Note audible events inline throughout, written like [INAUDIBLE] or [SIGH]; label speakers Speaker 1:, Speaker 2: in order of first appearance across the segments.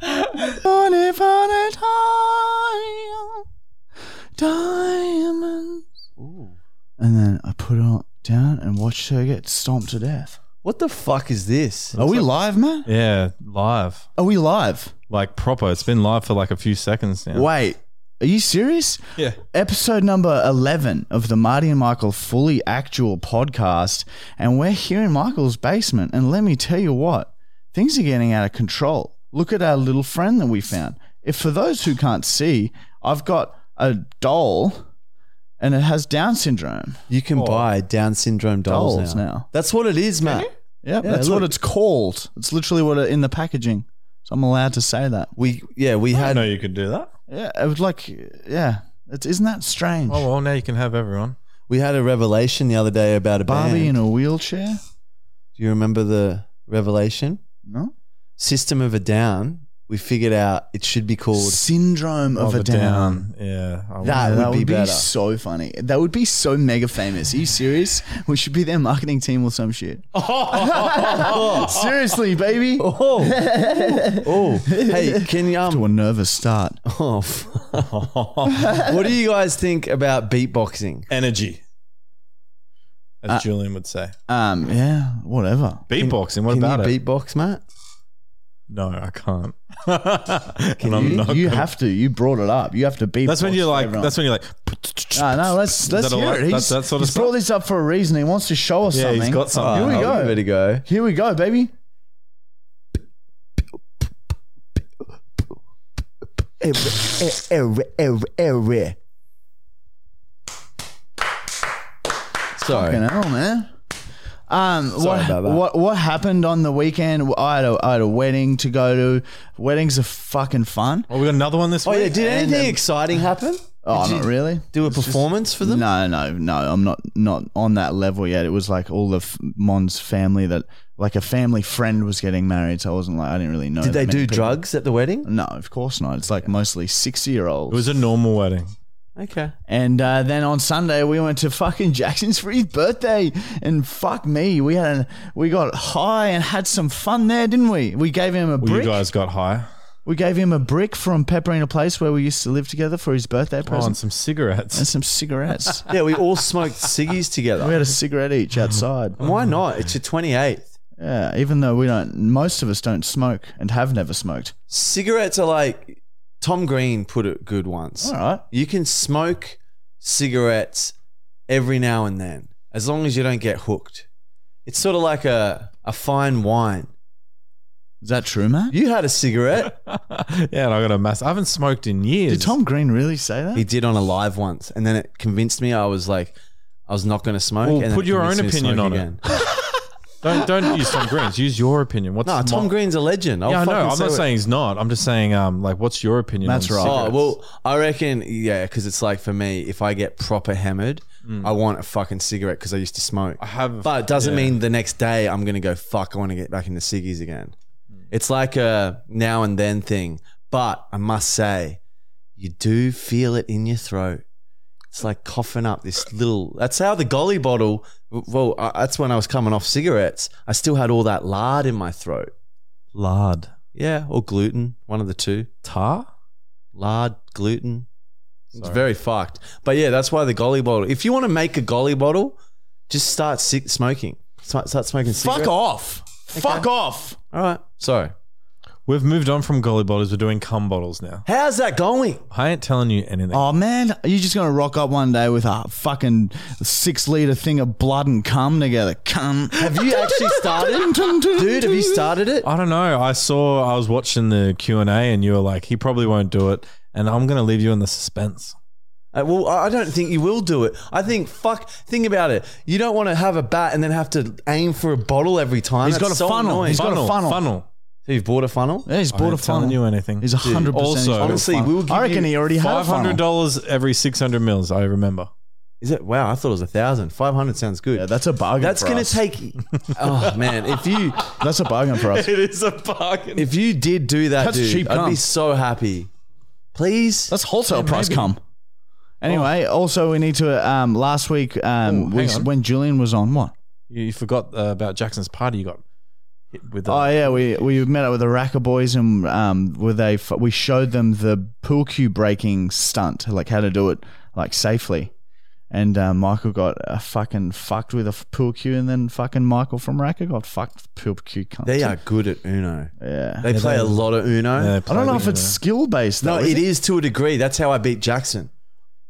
Speaker 1: Funny, funny time. Diamonds. And then I put it down and watched her get stomped to death.
Speaker 2: What the fuck is this?
Speaker 1: Are we live, man?
Speaker 3: Yeah, live.
Speaker 1: Are we live?
Speaker 3: Like proper. It's been live for like a few seconds now.
Speaker 1: Wait, are you serious?
Speaker 3: Yeah.
Speaker 1: Episode number 11 of the Marty and Michael Fully Actual podcast. And we're here in Michael's basement. And let me tell you what, things are getting out of control. Look at our little friend that we found. If for those who can't see, I've got a doll and it has Down syndrome.
Speaker 2: You can
Speaker 3: Oh.
Speaker 2: buy Down syndrome dolls,
Speaker 1: Dolls
Speaker 2: now.
Speaker 1: now.
Speaker 2: That's what it is, Matt.
Speaker 1: Yep,
Speaker 2: Yeah,
Speaker 1: that's what
Speaker 2: look.
Speaker 1: it's called. It's literally what it, in the packaging. So I'm allowed to say that.
Speaker 2: We yeah, we
Speaker 3: I
Speaker 2: had
Speaker 3: didn't know you could do that.
Speaker 1: Yeah, it was like, yeah, it, isn't that strange?
Speaker 3: Oh, well, now you can have everyone.
Speaker 2: we had a revelation the other day about a
Speaker 1: Barbie
Speaker 2: band.
Speaker 1: in a wheelchair?
Speaker 2: Do you remember the revelation?
Speaker 1: No.
Speaker 2: System of a Down. We figured out it should be called
Speaker 1: Syndrome of, a
Speaker 3: the
Speaker 1: Down.
Speaker 3: Yeah. I
Speaker 2: That
Speaker 1: that
Speaker 2: would be
Speaker 1: would be,
Speaker 2: better.
Speaker 1: so funny. That would be so mega famous. Are you serious? We should be their marketing team or some shit.
Speaker 3: [LAUGHS]
Speaker 1: Seriously, baby.
Speaker 2: Oh. oh. Hey, can you
Speaker 1: To
Speaker 2: um
Speaker 1: a nervous start.
Speaker 2: oh, fuck. What do you guys think about beatboxing?
Speaker 3: energy. As
Speaker 2: Uh,
Speaker 3: Julian would say.
Speaker 1: Um, yeah, whatever.
Speaker 3: Beatboxing, what
Speaker 2: can
Speaker 3: about
Speaker 2: you
Speaker 3: it?
Speaker 2: beatbox, Matt?
Speaker 3: No, I [LAUGHS] can't. and
Speaker 1: you
Speaker 3: I'm not
Speaker 1: you
Speaker 3: gonna-
Speaker 1: have to. You brought it up. You have to be.
Speaker 3: That's when you're like
Speaker 1: Everyone.
Speaker 3: that's when you're like
Speaker 2: Ah,
Speaker 1: No,
Speaker 3: [LAUGHS]
Speaker 1: no, let's
Speaker 3: Is
Speaker 1: let's
Speaker 3: that all
Speaker 1: hear
Speaker 3: right?
Speaker 1: it.
Speaker 3: That-
Speaker 1: He's,
Speaker 3: that sort of
Speaker 1: he's
Speaker 3: stuff?
Speaker 1: brought this up for a reason. He wants to show us
Speaker 3: Yeah,
Speaker 1: something.
Speaker 3: he's got something.
Speaker 1: Here we
Speaker 2: I'll
Speaker 1: go.
Speaker 2: give it a go.
Speaker 1: Here we go, baby.
Speaker 2: Sorry.
Speaker 1: Fucking hell, man. Um, what,
Speaker 2: about that.
Speaker 1: what what happened on the weekend? I had, a, I had a wedding to go to. Weddings are fucking fun.
Speaker 3: Oh, we got another one this
Speaker 2: Oh
Speaker 3: week.
Speaker 2: yeah, did anything exciting happen?
Speaker 1: Oh,
Speaker 2: Did you
Speaker 1: not really.
Speaker 2: Do a performance for them?
Speaker 1: No, no, no. I'm not not on that level yet. It was like all the f- Mon's family that like a family friend was getting married, so I wasn't like I didn't really know.
Speaker 2: Did
Speaker 1: that
Speaker 2: they
Speaker 1: many
Speaker 2: do
Speaker 1: people.
Speaker 2: drugs at the wedding?
Speaker 1: No, of course not. It's like mostly sixty year olds.
Speaker 3: It was a normal wedding.
Speaker 2: Okay.
Speaker 1: And uh, then on Sunday we went to fucking [LAUGHS] Jackson's for his birthday, and fuck me, we had an, we got high and had some fun there, didn't we? We gave him a
Speaker 3: Well,
Speaker 1: brick.
Speaker 3: you guys got high.
Speaker 1: we gave him a brick from Pepperina Place where we used to live together for his birthday
Speaker 3: Oh, and
Speaker 1: present,
Speaker 3: some cigarettes.
Speaker 1: and some cigarettes.
Speaker 2: Yeah, we all smoked ciggies
Speaker 1: we
Speaker 2: together.
Speaker 1: had a cigarette each outside.
Speaker 2: And why not? It's your 28th.
Speaker 1: Yeah, even though we don't, most of us don't smoke and have never smoked.
Speaker 2: Cigarettes are like Tom Green put it good once.
Speaker 1: All right,
Speaker 2: You can smoke cigarettes every now and then, as long as you don't get hooked. It's sort of like a, a fine wine.
Speaker 1: is that true, man?
Speaker 2: You had a cigarette.
Speaker 3: [LAUGHS] yeah, and I got a mass. I haven't smoked in years.
Speaker 1: Did Tom Green really say that?
Speaker 2: He did on a live once, and then it convinced me I was like, I was not going to smoke.
Speaker 3: Well,
Speaker 2: and then
Speaker 3: put your own
Speaker 2: convinced me to
Speaker 3: opinion
Speaker 2: smoke
Speaker 3: on it. [LAUGHS] Don't don't use Tom Green's. Use your opinion. What's
Speaker 2: No, Tom
Speaker 3: my-
Speaker 2: Green's a legend. I'll
Speaker 3: yeah, I know.
Speaker 2: fucking
Speaker 3: I'm
Speaker 2: say
Speaker 3: not
Speaker 2: what-
Speaker 3: saying he's not. I'm just saying, um, like, what's your opinion?
Speaker 1: That's
Speaker 3: on
Speaker 1: right.
Speaker 2: Oh
Speaker 3: cigarettes?
Speaker 2: well, I reckon yeah, because it's like for me, if I get proper hammered, I want a fucking cigarette because I used to smoke.
Speaker 3: Hmm. I have,
Speaker 2: But it doesn't
Speaker 3: yeah.
Speaker 2: mean the next day I'm gonna go fuck. I want to get back into ciggies again.
Speaker 3: Hmm.
Speaker 2: It's like a now and then thing. But I must say, you do feel it in your throat. It's like coughing up this little. That's how the golly bottle. Well, I, that's when I was coming off cigarettes. I still had all that lard in my throat.
Speaker 3: lard,
Speaker 2: Yeah, or gluten, one of the two
Speaker 3: tar.
Speaker 2: lard, gluten. It's very fucked. But yeah, that's why the golly bottle. If you want to make a golly bottle, just start si- smoking. Start, start smoking.
Speaker 1: Fuck
Speaker 2: cigarettes.
Speaker 1: off! Fuck off!
Speaker 2: All right. Sorry.
Speaker 3: We've moved on from golly bottles. We're doing cum bottles now.
Speaker 2: How's that going?
Speaker 3: I ain't telling you anything.
Speaker 1: Oh man, you're just gonna rock up one day with a fucking six liter thing of blood and cum together. Cum.
Speaker 2: Have you actually started, dude? Have you started it?
Speaker 3: I don't know. I saw. I was watching the Q and A, and you were like, "He probably won't do it," and I'm gonna leave you in the suspense.
Speaker 2: Uh, well, I I don't think you will do it. I think fuck. Think about it. You don't want to have a bat and then have to aim for a bottle every time.
Speaker 1: He's
Speaker 2: That's
Speaker 1: got a
Speaker 2: so
Speaker 1: funnel.
Speaker 2: annoying.
Speaker 1: He's got a funnel.
Speaker 3: Funnel.
Speaker 2: So you've bought a funnel.
Speaker 1: Yeah, he's
Speaker 3: I
Speaker 1: bought a
Speaker 3: ain't telling
Speaker 1: funnel.
Speaker 3: you anything.
Speaker 1: He's hundred
Speaker 3: also-
Speaker 1: percent.
Speaker 2: Honestly, we will give
Speaker 1: I reckon
Speaker 2: you
Speaker 1: he already had a
Speaker 3: Five hundred
Speaker 1: funnel.
Speaker 3: dollars every six hundred mils. I remember.
Speaker 2: Is it? Wow, I thought it was a thousand. Five hundred sounds good.
Speaker 1: Yeah, that's a bargain.
Speaker 2: That's
Speaker 1: for
Speaker 2: gonna
Speaker 1: us.
Speaker 2: take. [LAUGHS] Oh man, if you
Speaker 1: That's a bargain for
Speaker 2: [LAUGHS]
Speaker 1: us.
Speaker 3: [LAUGHS] It is a bargain.
Speaker 2: if you did do that,
Speaker 1: That's
Speaker 2: dude,
Speaker 1: cheap
Speaker 2: I'd be
Speaker 1: cum.
Speaker 2: so happy. Please,
Speaker 1: That's wholesale price come. Anyway, also we need to. Um, last week, um,
Speaker 3: Oh. Ooh,
Speaker 1: we,
Speaker 3: hang on.
Speaker 1: when Julian was on, what?
Speaker 3: You, you forgot uh, about Jackson's party. You got hit with. The,
Speaker 1: Oh yeah, we we met up with the Racker boys and um, where they f- we showed them the pool cue breaking stunt, like how to do it like safely. And uh, Michael got uh, fucking fucked with a f- pool cue, and then fucking Michael from Racker got fucked with pool cue. Cunt.
Speaker 2: they are good at Uno.
Speaker 1: Yeah.
Speaker 2: They play a lot of Uno.
Speaker 3: Yeah,
Speaker 1: I don't know if
Speaker 3: played
Speaker 1: it's
Speaker 3: it.
Speaker 1: skill based though.
Speaker 2: no, it is to a degree. That's how I beat Jackson.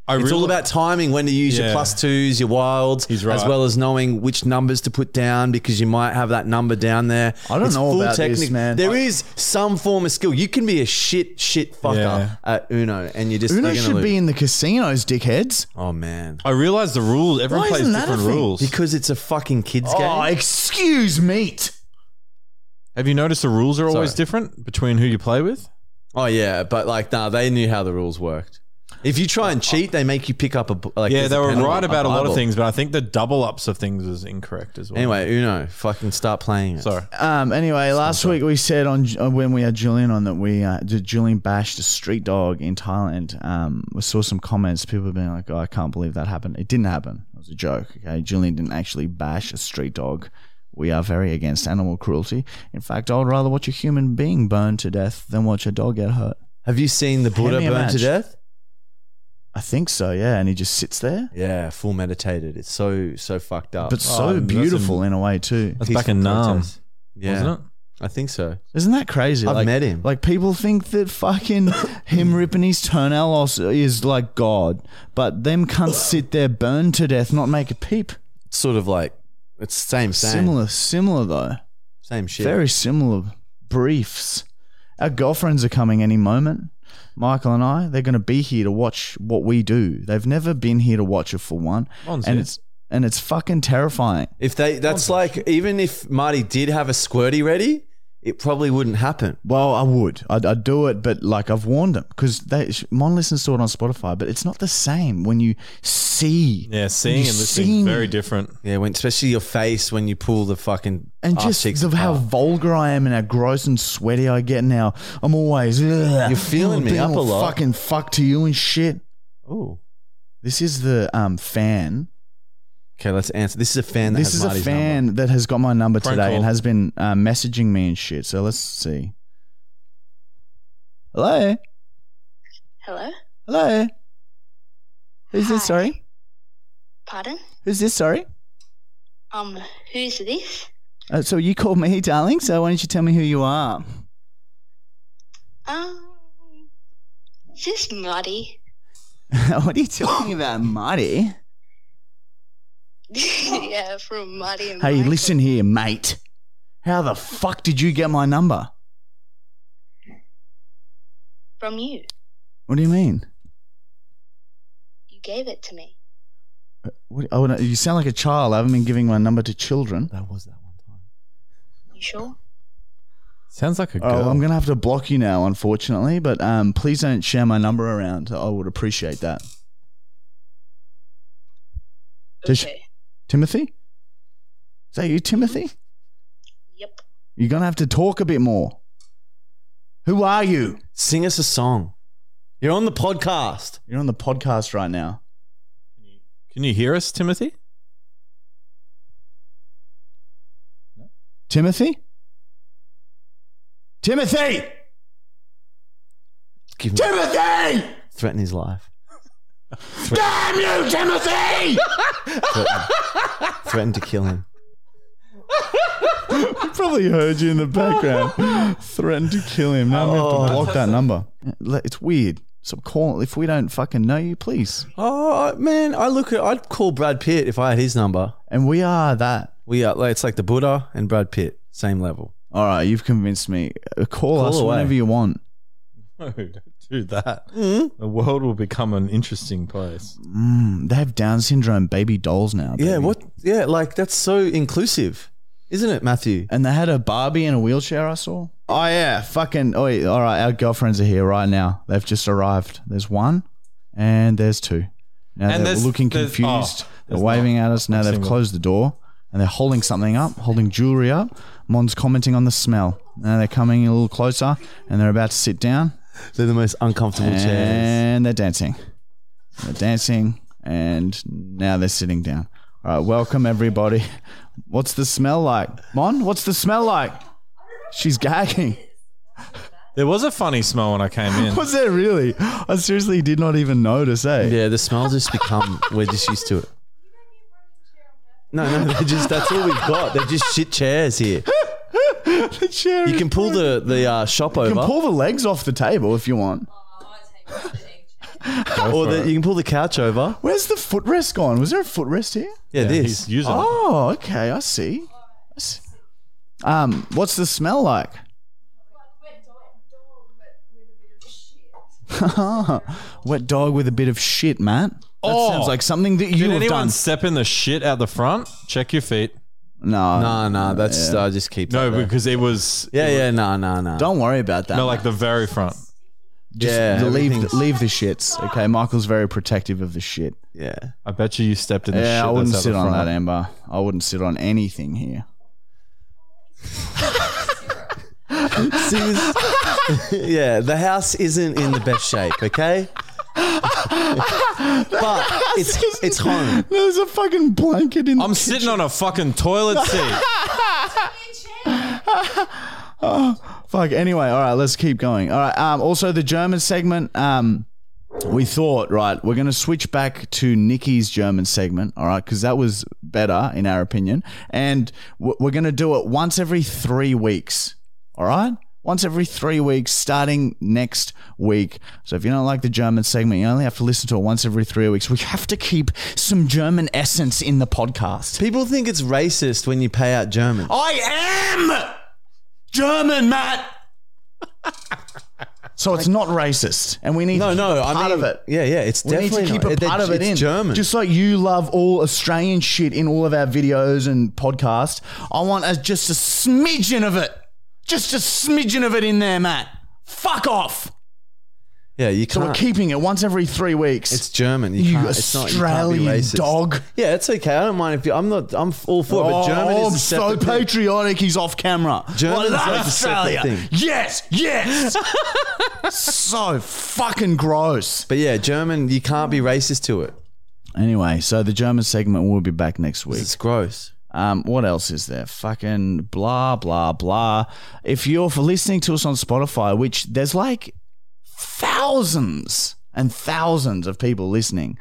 Speaker 1: Oh,
Speaker 3: I
Speaker 2: It's all
Speaker 3: reali-
Speaker 2: about timing when to use your
Speaker 3: Yeah.
Speaker 2: plus twos, your wilds,
Speaker 3: He's right.
Speaker 2: as well as knowing which numbers to put down because you might have that number down there.
Speaker 1: I don't know about this, man.
Speaker 2: There is some form of skill. You can be a shit, shit fucker
Speaker 3: Yeah.
Speaker 2: at Uno, and you just
Speaker 1: Uno
Speaker 2: you're gonna
Speaker 1: should
Speaker 2: lose.
Speaker 1: be in the casinos, dickheads.
Speaker 2: Oh man,
Speaker 3: I realized the rules. Everyone
Speaker 1: Why
Speaker 3: plays
Speaker 1: isn't that
Speaker 3: different
Speaker 1: a thing?
Speaker 3: rules.
Speaker 2: because it's a fucking kids game.
Speaker 1: Oh, excuse me.
Speaker 3: Have you noticed the rules are always
Speaker 2: Sorry.
Speaker 3: different between who you play with?
Speaker 2: oh yeah, but like, nah, they knew how the rules worked. If you try and cheat, they make you pick up a b- like.
Speaker 3: Oh. yeah,
Speaker 2: there's
Speaker 3: they
Speaker 2: a
Speaker 3: were
Speaker 2: penalty,
Speaker 3: right about a lot of
Speaker 2: eyeball.
Speaker 3: things, but I think the double ups of things was incorrect as well.
Speaker 2: Anyway, Uno, fucking start playing it.
Speaker 3: sorry.
Speaker 1: Um. Anyway, last week we said on uh, when we had Julian on that we uh, did Julian bashed a street dog in Thailand. Um, we saw some comments. People being like, "Oh, I can't believe that happened. It didn't happen. It was a joke." Okay, Julian didn't actually bash a street dog. We are very against animal cruelty. In fact, I would rather watch a human being burned to death than watch a dog get hurt.
Speaker 2: Have you seen the Buddha
Speaker 1: me a
Speaker 2: burn to
Speaker 1: match.
Speaker 2: death?
Speaker 1: I think so. Yeah, and he just sits there.
Speaker 2: Yeah, full meditated. It's so so fucked up.
Speaker 1: But
Speaker 3: Oh,
Speaker 1: so
Speaker 3: that's
Speaker 1: beautiful in a way too.
Speaker 3: That's
Speaker 2: Peaceful
Speaker 3: back in Nam,
Speaker 2: protest. Yeah,
Speaker 3: wasn't it?
Speaker 2: I think so.
Speaker 1: Isn't that crazy?
Speaker 2: I've
Speaker 1: like,
Speaker 2: met him.
Speaker 1: Like people think that fucking him ripping his toenail off is like God, but them cunts sit there burned to death, not make a peep.
Speaker 2: It's sort of like it's same same
Speaker 1: Similar, similar though.
Speaker 2: same shit.
Speaker 1: Very similar briefs. Our girlfriends are coming any moment. Michael and I, they're going to be here to watch what we do. They've never been here to watch it for one,
Speaker 3: Mine's
Speaker 1: and
Speaker 3: here.
Speaker 1: it's and it's fucking terrifying.
Speaker 2: if they that's like even if Marty did have a squirty ready, it probably wouldn't happen.
Speaker 1: Well, I would. I'd, I'd do it, but like I've warned them because they Mon listens to it on Spotify, but it's not the same when you see.
Speaker 3: Yeah, seeing and
Speaker 1: You've
Speaker 3: listening
Speaker 1: seen-
Speaker 3: very different.
Speaker 2: Yeah, when especially your face when you pull the fucking
Speaker 1: And
Speaker 2: ass
Speaker 1: just
Speaker 2: cheeks
Speaker 1: the, how
Speaker 2: apart.
Speaker 1: vulgar I am and how gross and sweaty I get now. I'm always. You're
Speaker 2: feeling me up a lot.
Speaker 1: Fucking fuck to you and shit.
Speaker 2: Ooh.
Speaker 1: This is the um, fan.
Speaker 2: Okay, let's answer. This is a fan that
Speaker 1: This
Speaker 2: has
Speaker 1: is a
Speaker 2: Marty's
Speaker 1: fan
Speaker 2: number.
Speaker 1: that has got my number
Speaker 3: Prank
Speaker 1: today and
Speaker 3: call.
Speaker 1: has been uh, messaging me and shit. So let's see. Hello?
Speaker 4: Hello?
Speaker 1: Hello? Who's this?
Speaker 4: Hi.
Speaker 1: Sorry?
Speaker 4: Pardon?
Speaker 1: Who's this? Sorry?
Speaker 4: Um, who's this?
Speaker 1: Uh, so you called me, [LAUGHS] darling. So why don't you tell me who you are? [LAUGHS]
Speaker 4: Um, is this Muddy? [LAUGHS]
Speaker 1: what are you talking about, Marty?
Speaker 4: yeah, from Muddy and
Speaker 1: Hey,
Speaker 4: Michael.
Speaker 1: listen here, mate. How the fuck did you get my number?
Speaker 4: From you.
Speaker 1: What do you mean?
Speaker 4: You gave it to me.
Speaker 1: What, oh, no, you sound like a child. I haven't been giving my number to children.
Speaker 2: That was that one time.
Speaker 4: You sure?
Speaker 3: Sounds like a girl.
Speaker 1: Oh, I'm gonna have to block you now, unfortunately. But um, please don't share my number around. I would appreciate that. Does-
Speaker 4: okay.
Speaker 1: Timothy, is that you, Timothy?
Speaker 4: Yep.
Speaker 1: You're gonna have to talk a bit more. Who are you?
Speaker 2: Sing us a song. You're on the podcast.
Speaker 1: You're on the podcast right now.
Speaker 3: Can you hear us, Timothy? [LAUGHS]
Speaker 1: Timothy? Timothy!
Speaker 2: Give him,
Speaker 1: Timothy!
Speaker 2: threaten his life.
Speaker 1: Damn you, [LAUGHS] Timothy!
Speaker 2: [LAUGHS] Threaten to kill him.
Speaker 1: Probably heard you in the [LAUGHS] background. Threatened to kill him. Now I'm gonna have to block that number. Oh. It's weird. So call if we don't fucking know you, please.
Speaker 2: Oh man, I look at. I'd call Brad Pitt if I had his number.
Speaker 1: And we are that.
Speaker 2: We are. Like, it's like the Buddha and Brad Pitt, same level.
Speaker 1: All right, you've convinced me. Uh, Call,
Speaker 2: Call
Speaker 1: us
Speaker 2: away.
Speaker 1: whenever you want.
Speaker 3: No, don't do do that, the world will become an interesting place.
Speaker 1: Mm, they have Down syndrome baby dolls now.
Speaker 2: Yeah,
Speaker 1: baby.
Speaker 2: what? Yeah, like that's so inclusive, isn't it, Matthew?
Speaker 1: And they had a Barbie in a wheelchair. I saw. Oh yeah, fucking. Oh, yeah, all right. Our girlfriends are here right now. They've just arrived. There's one, and there's two. Now
Speaker 3: And
Speaker 1: they're
Speaker 3: there's-
Speaker 1: looking
Speaker 3: there's-
Speaker 1: confused.
Speaker 3: oh,
Speaker 1: they're
Speaker 3: there's
Speaker 1: waving at us. Now
Speaker 3: I've
Speaker 1: they've
Speaker 3: seen one.
Speaker 1: closed the door and they're holding something up, holding jewelry up. Mon's commenting on the smell. Now they're coming a little closer and they're about to sit down
Speaker 2: They're the most uncomfortable chairs.
Speaker 1: and they're dancing. They're dancing, and now they're sitting down. All right, welcome everybody. What's the smell like, Mon? What's the smell like? She's gagging. [LAUGHS]
Speaker 3: There was a funny smell when I came in.
Speaker 1: Was it really? I seriously did not even notice. Eh?
Speaker 2: Yeah, the smell just become. we're just used to it. No, no, they're just. That's all we've got. They're just shit chairs here.
Speaker 1: The chair.
Speaker 2: You
Speaker 1: is-
Speaker 2: can pull the the uh, shop
Speaker 1: you can
Speaker 2: over,
Speaker 1: pull the legs off the table if you want.
Speaker 2: or the, you can pull the couch over.
Speaker 1: Where's the footrest gone? Was there a footrest here?
Speaker 2: Yeah, this.
Speaker 3: He's using it.
Speaker 1: Oh, okay, I see. I see. Um, what's the smell like? [LAUGHS] Wet dog with a bit of shit, man. That
Speaker 3: Oh.
Speaker 1: sounds like something that you
Speaker 3: Did
Speaker 1: have
Speaker 3: anyone
Speaker 1: done.
Speaker 3: step in the shit out the front? Check your feet.
Speaker 1: No,
Speaker 2: No, no, that's I just keep.
Speaker 3: No,
Speaker 2: that there.
Speaker 3: because it was
Speaker 2: yeah, yeah, no, no, no.
Speaker 1: don't worry about that.
Speaker 3: no, like the very front.
Speaker 1: Just
Speaker 2: yeah,
Speaker 1: leave
Speaker 2: everything's-
Speaker 1: the, leave the shits. Okay, Michael's very protective of the shit.
Speaker 2: yeah.
Speaker 3: I bet you you stepped in the shit.
Speaker 1: Yeah, I
Speaker 3: that's
Speaker 1: wouldn't
Speaker 3: out
Speaker 1: sit
Speaker 3: the
Speaker 1: on
Speaker 3: front.
Speaker 1: that, Amber. I wouldn't sit on anything here.
Speaker 2: [LAUGHS] yeah, the house isn't in the best shape, okay? [LAUGHS] but it's it's home.
Speaker 1: There's a fucking blanket in.
Speaker 3: I'm sitting on a fucking toilet seat.
Speaker 1: Fuck. Anyway, all right, let's keep going. All right. Um, also, the German segment. Um, we thought, right, we're going to switch back to Nikki's German segment, all right, because that was better in our opinion, and w- we're going to do it once every three weeks, all right. Once every three weeks, starting next week. So if you don't like the German segment, you only have to listen to it once every three weeks. We have to keep some German essence in the podcast.
Speaker 2: People think it's racist when you pay out German.
Speaker 1: I am German, Matt. so it's not racist, and we need
Speaker 2: no, no, I
Speaker 1: part
Speaker 2: mean,
Speaker 1: of it.
Speaker 2: Yeah, yeah, it's
Speaker 1: We need
Speaker 2: definitely
Speaker 1: to keep
Speaker 2: not.
Speaker 1: a
Speaker 2: It-
Speaker 1: part of it
Speaker 2: it's
Speaker 1: in.
Speaker 2: German.
Speaker 1: Just like you love all Australian shit in all of our videos and podcasts, I want a, just a smidgen of it. Just a smidgen of it in there, Matt. Fuck off.
Speaker 2: yeah, you
Speaker 1: So
Speaker 2: can't.
Speaker 1: we're keeping it once every three weeks.
Speaker 2: it's German. You,
Speaker 1: you
Speaker 2: can't, it's not, you can't be
Speaker 1: Australian
Speaker 2: racist.
Speaker 1: dog.
Speaker 2: Yeah, it's okay. I don't mind if you. I'm not. I'm all for it. But German
Speaker 1: oh,
Speaker 2: is
Speaker 1: I'm
Speaker 2: a
Speaker 1: so
Speaker 2: separate thing.
Speaker 1: patriotic. He's off camera.
Speaker 2: German's
Speaker 1: I love
Speaker 2: like a separate
Speaker 1: Australia.
Speaker 2: thing.
Speaker 1: Yes,
Speaker 2: [LAUGHS]
Speaker 1: yes. so fucking gross.
Speaker 2: But yeah, German. You can't be racist to it.
Speaker 1: Anyway, so the German segment will be back next week.
Speaker 2: It's gross.
Speaker 1: Um, what else is there? Fucking blah blah blah. If you're for listening to us on Spotify, which there's like thousands and thousands of people listening,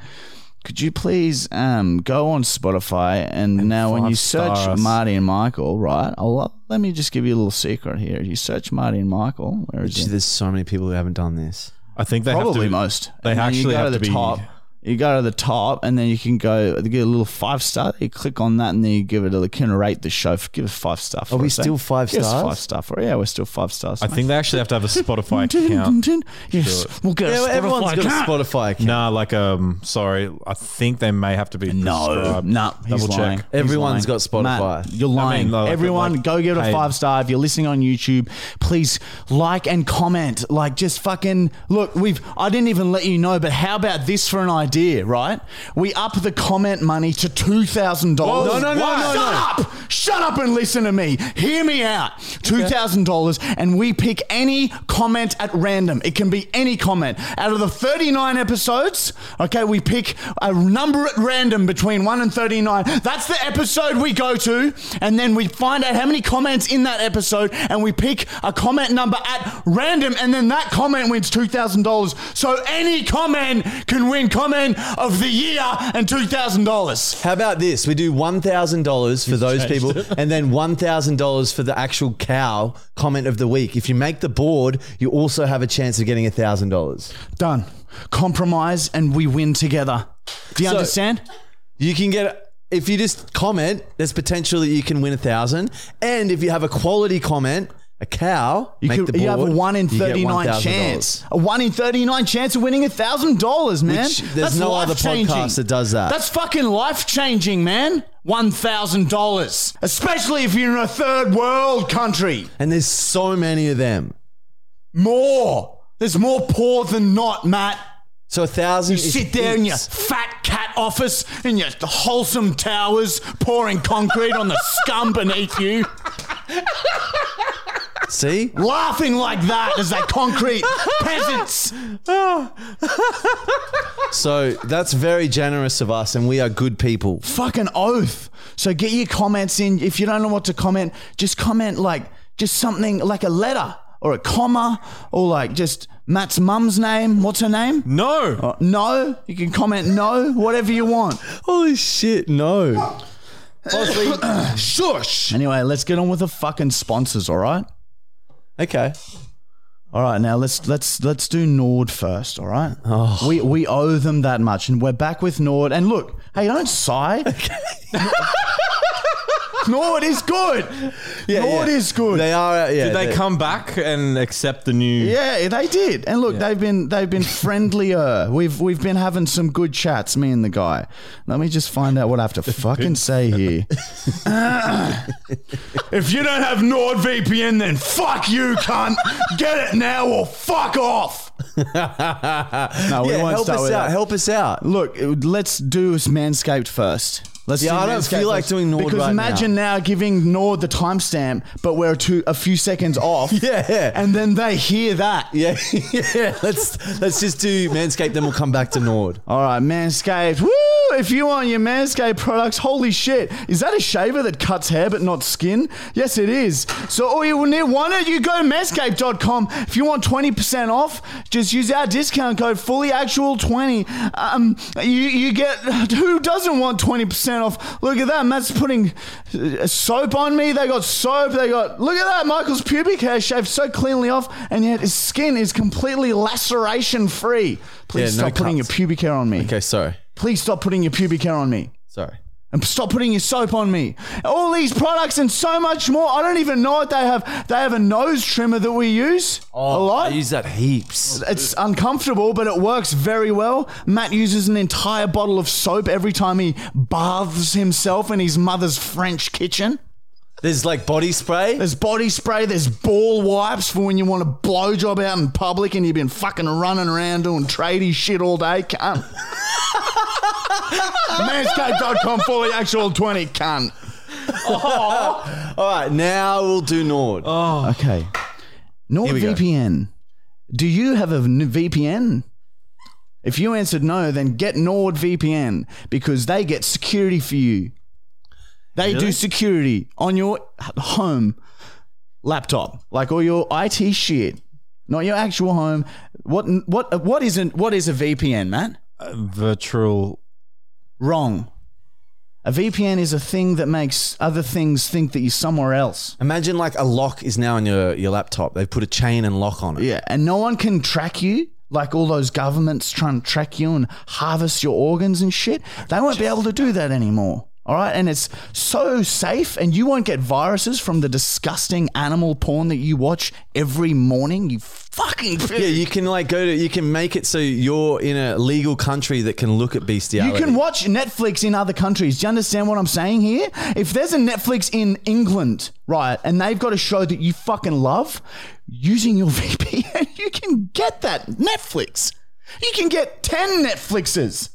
Speaker 1: could you please um, go on Spotify and, now when
Speaker 3: five
Speaker 1: you search
Speaker 3: stars.
Speaker 1: Marty and Michael, right? I'll, let me just give you a little secret here. You search Marty and Michael, where is
Speaker 2: Gee,
Speaker 1: it?
Speaker 2: There's so many people who haven't done this.
Speaker 3: I think they
Speaker 1: Probably
Speaker 3: have to,
Speaker 1: most.
Speaker 3: they
Speaker 1: And then
Speaker 3: actually
Speaker 1: you go
Speaker 3: have
Speaker 1: to
Speaker 3: to
Speaker 1: the
Speaker 3: be-
Speaker 1: top. You go to the top, and then you can go you get a little five star. You click on that, and then you give it. A, you can rate the show. For, give it five star. For
Speaker 2: Are
Speaker 1: a
Speaker 2: we
Speaker 1: sec.
Speaker 2: still five
Speaker 1: Give us
Speaker 2: stars?
Speaker 1: Five star for yeah, we're still five stars.
Speaker 3: I
Speaker 1: mate.
Speaker 3: think they actually have to have
Speaker 1: [LAUGHS]
Speaker 3: a Spotify
Speaker 1: Dun, dun,
Speaker 3: account.
Speaker 1: dun. Yes, we'll get
Speaker 2: Yeah,
Speaker 1: a
Speaker 2: well, everyone's
Speaker 1: Spotify
Speaker 2: got a
Speaker 1: account.
Speaker 2: Spotify account.
Speaker 3: Nah, like um, sorry, I think they may have to be
Speaker 1: No,
Speaker 3: prescribed.
Speaker 1: no, he's
Speaker 3: double
Speaker 1: lying.
Speaker 3: check.
Speaker 1: He's
Speaker 2: Everyone's
Speaker 1: lying.
Speaker 2: got Spotify.
Speaker 1: Matt, you're lying.
Speaker 3: no, like-
Speaker 1: Everyone,
Speaker 3: like
Speaker 1: go get a
Speaker 3: paid.
Speaker 1: five star. If you're listening on YouTube, please like and comment. Like, just fucking look. We've I didn't even let you know, but how about this for an idea, right? We up the comment money to two thousand dollars.
Speaker 2: Whoa, no, no, no, no,
Speaker 1: shut
Speaker 2: no.
Speaker 1: up! Shut up and listen to me. Hear me out. Two thousand dollars, and we pick any comment at random. It can be any comment out of the thirty-nine episodes. Okay, we pick a number at random between one and thirty-nine. That's the episode we go to, and then we find out how many comments in that episode, and we pick a comment number at random, and then that comment wins two thousand dollars. So any comment can win comment of the year and two thousand dollars.
Speaker 2: How about this? We do one thousand dollars for those people, and then one thousand dollars for the actual cow comment of the week. If you make the board, you also have a chance of getting thousand dollars.
Speaker 1: Done. Compromise and we win together. Do you
Speaker 2: So-
Speaker 1: understand?
Speaker 2: You can get if you just comment. There's potential that you can win a thousand, and if you have a quality comment, A cow.
Speaker 1: You,
Speaker 2: make
Speaker 1: could,
Speaker 2: the
Speaker 1: you have a
Speaker 2: board,
Speaker 1: one in
Speaker 2: you get
Speaker 1: thirty nine
Speaker 2: $1,000.
Speaker 1: chance. A one in thirty nine chance of winning thousand dollars, man.
Speaker 2: Which- there's
Speaker 1: That's
Speaker 2: no other
Speaker 1: life-changing.
Speaker 2: podcast that does that.
Speaker 1: That's fucking life changing, man. One thousand dollars, especially if you're in a third world country.
Speaker 2: And there's so many of them.
Speaker 1: More. There's more poor than not, Matt.
Speaker 2: So a thousand.
Speaker 1: You
Speaker 2: is
Speaker 1: sit there in your
Speaker 2: heaps.
Speaker 1: fat cat office in your wholesome towers, pouring concrete on the scum beneath you,
Speaker 2: See?
Speaker 1: laughing like that as they concrete peasants.
Speaker 2: So that's very generous of us, and we are good people.
Speaker 1: fucking oath. So get your comments in. If you don't know what to comment, just comment like just something like a letter or a comma or like just Matt's mum's name. What's her name?
Speaker 3: No.
Speaker 1: Uh, No, you can comment no, whatever you want.
Speaker 2: Holy shit, no.
Speaker 1: Shush. Anyway, let's get on with the fucking sponsors. All right.
Speaker 2: Okay.
Speaker 1: All right, now let's let's let's do Nord first, all right?
Speaker 2: Oh.
Speaker 1: We we owe them that much, and we're back with Nord. And look, hey, don't
Speaker 2: [LAUGHS]
Speaker 1: sigh. [LAUGHS] Nord is good. Nord
Speaker 2: yeah.
Speaker 1: is good.
Speaker 2: They are, uh, yeah.
Speaker 3: Did they
Speaker 2: they-
Speaker 3: come back and accept the new?
Speaker 1: Yeah, they did. And look, they've been they've been friendlier. We've we've been having some good chats, me and the guy. Let me just find out what I have to fucking say
Speaker 2: [LAUGHS]
Speaker 1: here. [LAUGHS] if you don't have NordVPN, then fuck you, cunt. Get it now or fuck off. no, we
Speaker 2: yeah,
Speaker 1: won't
Speaker 2: help
Speaker 1: start
Speaker 2: us
Speaker 1: with
Speaker 2: out.
Speaker 1: that.
Speaker 2: Help us out.
Speaker 1: Look, let's do Manscaped first. Let's
Speaker 2: Yeah,
Speaker 1: do
Speaker 2: I don't
Speaker 1: Manscaped
Speaker 2: feel like
Speaker 1: first.
Speaker 2: doing Nord
Speaker 1: because
Speaker 2: right
Speaker 1: imagine now. giving Nord the timestamp, but we're two, a few seconds off.
Speaker 2: [LAUGHS] Yeah.
Speaker 1: and then they hear that.
Speaker 2: Yeah, [LAUGHS] yeah. Let's let's just do Manscaped, then we'll come back to Nord.
Speaker 1: All right, Manscaped. Woo! If you want your Manscaped products, holy shit. Is that a shaver that cuts hair but not skin? Yes, it is. So all you will need want it, you go to manscaped.com. If you want 20% off, just use our discount code fullyactual20. Um, you, you get, [LAUGHS] who doesn't want 20% off? Look at that. Matt's putting uh, soap on me. They got soap. They got, look at that. Michael's pubic hair shaved so cleanly off and yet his skin is completely laceration free. Please
Speaker 2: Yeah, no
Speaker 1: stop putting your
Speaker 2: cuts.
Speaker 1: pubic hair on me.
Speaker 2: Okay, sorry,
Speaker 1: Please stop putting your pubic hair on me.
Speaker 2: sorry.
Speaker 1: And stop putting your soap on me. All these products and so much more. I don't even know what they have. They have a nose trimmer that we Oh, use a
Speaker 2: I
Speaker 1: lot.
Speaker 2: use that heaps.
Speaker 1: it's uncomfortable, but it works very well. Matt uses an entire bottle of soap every time he baths himself in his mother's French kitchen.
Speaker 2: There's like body spray.
Speaker 1: There's body spray, there's ball wipes for when you want a blowjob out in public and you've been fucking running around doing tradie shit all day, cunt. Manscaped.com fully actual 20, cunt.
Speaker 2: All right, now we'll do Nord.
Speaker 1: Oh. Okay.
Speaker 2: we go.
Speaker 1: NordVPN. Do you have a n- VPN? If you answered no, then get NordVPN because they get security for you. They do security on your h- home laptop, like all your IT shit, not your actual home. What what what isn't what is a VPN, Matt?
Speaker 3: Virtual.
Speaker 1: Wrong. A VPN is a thing that makes other things think that you're somewhere else.
Speaker 2: Imagine like a lock is now on your, your laptop. They've put a chain and lock on it.
Speaker 1: Yeah, and no one can track you. Like all those governments trying to track you and harvest your organs and shit, they won't be able to do that anymore. All right, and it's so safe, and you won't get viruses from the disgusting animal porn that you watch every morning. You fucking
Speaker 2: Yeah,
Speaker 1: pig.
Speaker 2: you can like go to you can make it so you're in a legal country that can look at
Speaker 1: You
Speaker 2: bestiality.
Speaker 1: can watch Netflix in other countries. Do you understand what I'm saying here? If there's a Netflix in England, right, and they've got a show that you fucking love, using your [LAUGHS] VPN, you can get that Netflix. You can get 10 Netflixes.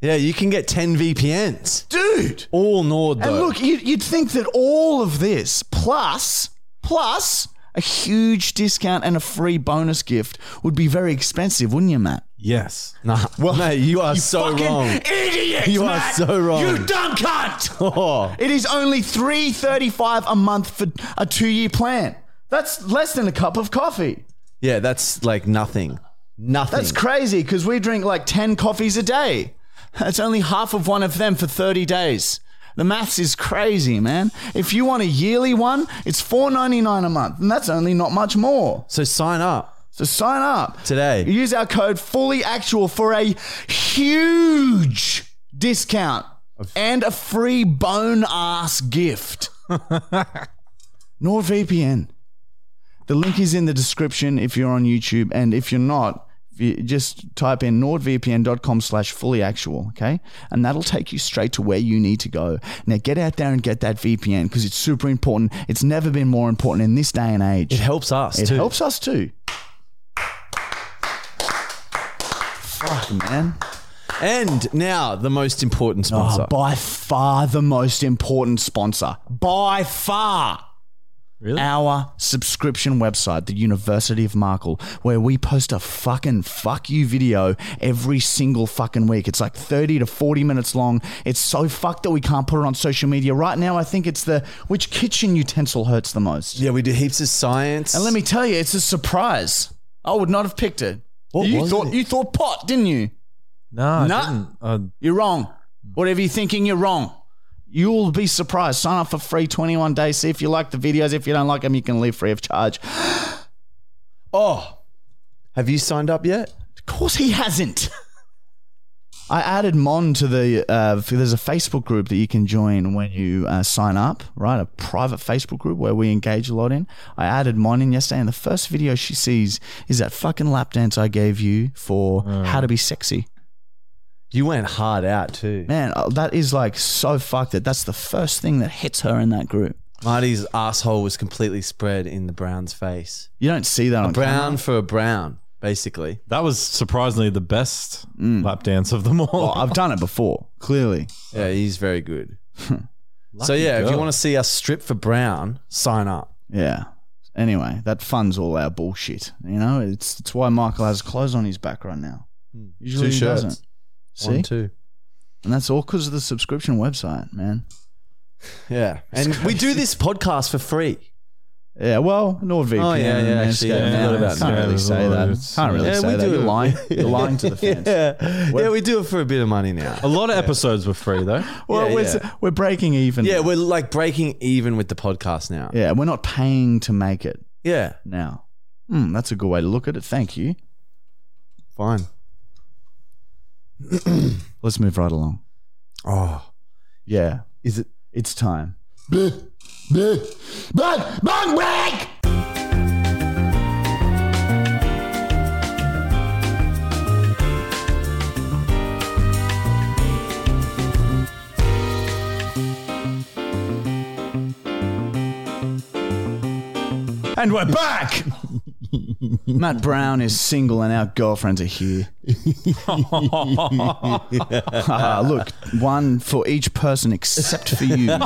Speaker 2: Yeah, you can get ten VPNs.
Speaker 1: Dude.
Speaker 2: All Nord though.
Speaker 1: And look, you, you'd think that all of this plus plus a huge discount and a free bonus gift would be very expensive, wouldn't you, Matt?
Speaker 3: Yes.
Speaker 2: nah, well, mate, you are so
Speaker 1: Fucking [LAUGHS]
Speaker 2: wrong.
Speaker 1: idiot!
Speaker 2: You are
Speaker 1: Matt!
Speaker 2: so wrong.
Speaker 1: You dumb cunt!
Speaker 2: Oh,
Speaker 1: It is only three thirty-five a month for a two-year plan. That's less than a cup of coffee.
Speaker 2: yeah, that's like nothing. Nothing.
Speaker 1: That's crazy because we drink like ten coffees a day. That's only half of one of them for thirty days. The maths is crazy, man. If you want a yearly one, it's four ninety nine a month, and that's only not much more.
Speaker 2: so sign up.
Speaker 1: So sign up
Speaker 2: Today.
Speaker 1: Use our code fully actual for a huge discount and a free bone ass gift. NordVPN. The link is in the description if you're on YouTube, and if you're not, if you just type in nordvpn.com slash fully actual, okay? And that'll take you straight to where you need to go. Now get out there and get that VPN because it's super important. It's never been more important in this day and age.
Speaker 2: It helps us
Speaker 1: It
Speaker 2: too.
Speaker 1: helps us too. Fuck, man.
Speaker 2: And now the most important sponsor.
Speaker 1: Oh, by far the most important sponsor. By far.
Speaker 3: Really?
Speaker 1: Our subscription website, the University of Markle, where we post a fucking fuck you video every single fucking week. It's like 30 to 40 minutes long. It's so fucked that we can't put it on social media. Right now, I think it's the which kitchen utensil hurts the most.
Speaker 2: yeah, we do heaps of science.
Speaker 1: And let me tell you, it's a surprise. I would not have picked it.
Speaker 2: What
Speaker 1: you
Speaker 2: was
Speaker 1: thought
Speaker 2: it?
Speaker 1: you thought pot, didn't you?
Speaker 3: No,
Speaker 1: Nah.
Speaker 3: I didn't. Uh,
Speaker 1: You're wrong. Whatever you're thinking, you're wrong. You'll be surprised. Sign up for free 21 days. See if you like the videos. If you don't like them, you can leave free of charge. Of
Speaker 2: Oh, have you signed up yet?
Speaker 1: course, he hasn't. I added Mon to the. Uh, f- there's a Facebook group that you can join when you uh, sign up, right? A private Facebook group where we engage a lot in. I added Mon in yesterday, and the first video she sees is that fucking lap dance I gave you for
Speaker 2: Mm.
Speaker 1: how to be sexy.
Speaker 2: You went hard out too.
Speaker 1: Man, uh, that is like so fucked that that's the first thing that hits her in that group.
Speaker 2: Marty's asshole was completely spread in the Brown's face.
Speaker 1: You don't see that on camera.
Speaker 2: Brown for a brown, basically.
Speaker 3: that was surprisingly the best lap dance of them all.
Speaker 1: Well,
Speaker 3: [LAUGHS]
Speaker 1: I've done it before, clearly.
Speaker 2: Yeah, he's very good. so yeah, if you want to see us strip for Brown, sign up.
Speaker 1: Yeah. Anyway, that funds all our bullshit. You know, it's it's why Michael has clothes on his back right now. Usually
Speaker 2: Hmm. Two
Speaker 1: he
Speaker 2: shirts.
Speaker 1: doesn't. See,
Speaker 2: One, two.
Speaker 1: and that's all because of the subscription website, man.
Speaker 2: Yeah, and we do this podcast for free.
Speaker 1: Yeah, well, NordVPN.
Speaker 2: Oh, yeah, yeah,
Speaker 1: and Manscaped,
Speaker 2: actually, yeah, I forgot
Speaker 1: man,
Speaker 2: about
Speaker 1: can't
Speaker 3: that.
Speaker 1: really
Speaker 3: Yeah,
Speaker 1: say
Speaker 3: there's a lot
Speaker 1: that.
Speaker 3: of- it's-
Speaker 1: Can't really
Speaker 3: Yeah,
Speaker 1: say that. You're lying.
Speaker 2: [LAUGHS]
Speaker 1: You're lying to the fans.
Speaker 2: yeah, yeah, we do it for a bit of money now.
Speaker 3: a lot of episodes were free though.
Speaker 1: Well,
Speaker 2: Yeah,
Speaker 1: we're,
Speaker 2: yeah.
Speaker 1: we're breaking
Speaker 2: [LAUGHS]
Speaker 1: even.
Speaker 2: Yeah,
Speaker 1: now.
Speaker 2: we're like breaking even with the podcast now.
Speaker 1: yeah, we're not paying to make it
Speaker 2: Yeah,
Speaker 1: now. Hmm, that's a good way to look at it. Thank you.
Speaker 2: fine.
Speaker 1: Let's move right along.
Speaker 2: Oh,
Speaker 1: Yeah,
Speaker 2: is it?
Speaker 1: it's time. And we're back. Matt Brown is single, and our girlfriends are here. [LAUGHS] Ah, look, one for each person except for you. [LAUGHS]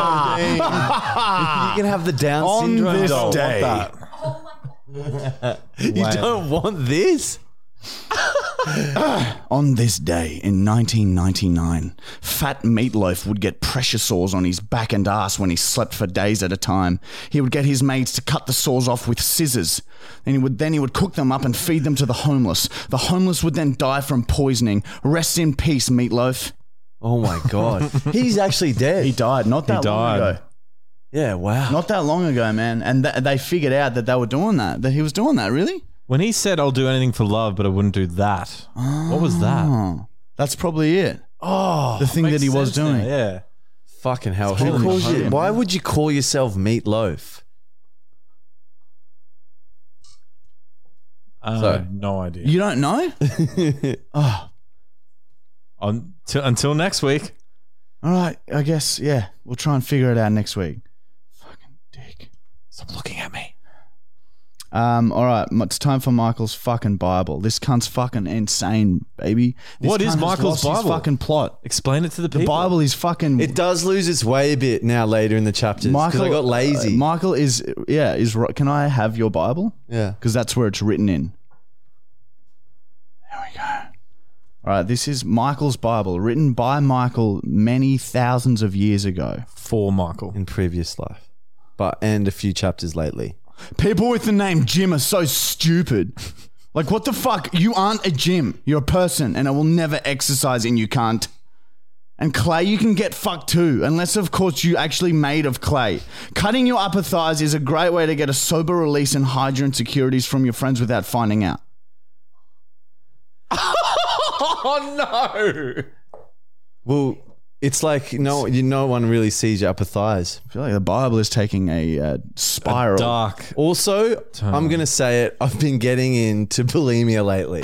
Speaker 3: [LAUGHS]
Speaker 2: you can have the Down
Speaker 1: On
Speaker 2: [LAUGHS] syndrome.
Speaker 1: this
Speaker 2: Don't want
Speaker 1: day.
Speaker 3: [LAUGHS]
Speaker 2: that. you don't want this.
Speaker 1: On this day in 1999, Fat Meatloaf would get pressure sores on his back and ass when he slept for days at a time. He would get his maids to cut the sores off with scissors. And he would, then he would cook them up and feed them to the homeless. The homeless would then die from poisoning. Rest in peace, Meatloaf.
Speaker 2: Oh my god, [LAUGHS] he's actually dead.
Speaker 1: He died not that long
Speaker 3: died.
Speaker 1: ago.
Speaker 2: yeah, wow.
Speaker 1: Not that long ago, man. And th- they figured out that they were doing that, that he was doing that, really?
Speaker 3: When he said, "I'll do anything for love, but I wouldn't do that," what was that?
Speaker 1: Oh, that's probably it.
Speaker 3: Oh,
Speaker 1: The thing
Speaker 3: makes
Speaker 1: that he was
Speaker 3: sense now,
Speaker 1: doing.
Speaker 3: Yeah.
Speaker 2: Fucking hell.
Speaker 1: It's
Speaker 2: Who
Speaker 1: holy
Speaker 2: calls
Speaker 1: shit,
Speaker 2: you? Why would you call yourself Meatloaf?
Speaker 3: I
Speaker 2: So-
Speaker 3: have Uh, no idea.
Speaker 1: You don't know?
Speaker 3: On, till- until next week.
Speaker 1: All right, I guess yeah. We'll try and figure it out next week. Fucking dick.
Speaker 3: Stop looking at me.
Speaker 1: Um. All right, m- it's time for Michael's fucking Bible. This cunt's fucking insane, baby. This
Speaker 3: What is
Speaker 1: cunt has
Speaker 3: Michael's
Speaker 1: lost his
Speaker 3: Bible?
Speaker 1: fucking plot.
Speaker 3: Explain it to the
Speaker 1: The
Speaker 3: people.
Speaker 1: Bible is fucking.
Speaker 2: It does lose its way a bit now later in the chapters because I got lazy.
Speaker 1: uh, Michael is yeah is ri- can I have your Bible?
Speaker 2: yeah.
Speaker 1: because that's where it's written in. There we go. All right, this is Michael's Bible, written by Michael many thousands of years ago.
Speaker 3: for [LAUGHS] Michael.
Speaker 2: In previous life. But and a few chapters lately.
Speaker 1: People with the name Jim are so stupid. Like, what the fuck? You aren't a Jim. You're a person, and I will never exercise in you, cunt. And clay, you can get fucked too, unless, of course, you actually made of clay. Cutting your upper thighs is a great way to get a sober release and hide your insecurities from your friends without finding out.
Speaker 3: Oh,
Speaker 2: Well, It's like no, you, no one really sees your upper thighs.
Speaker 1: I feel like the Bible is taking a uh, spiral.
Speaker 3: Dark.
Speaker 2: Also, I'm gonna say it. I've been getting into [LAUGHS] bulimia lately.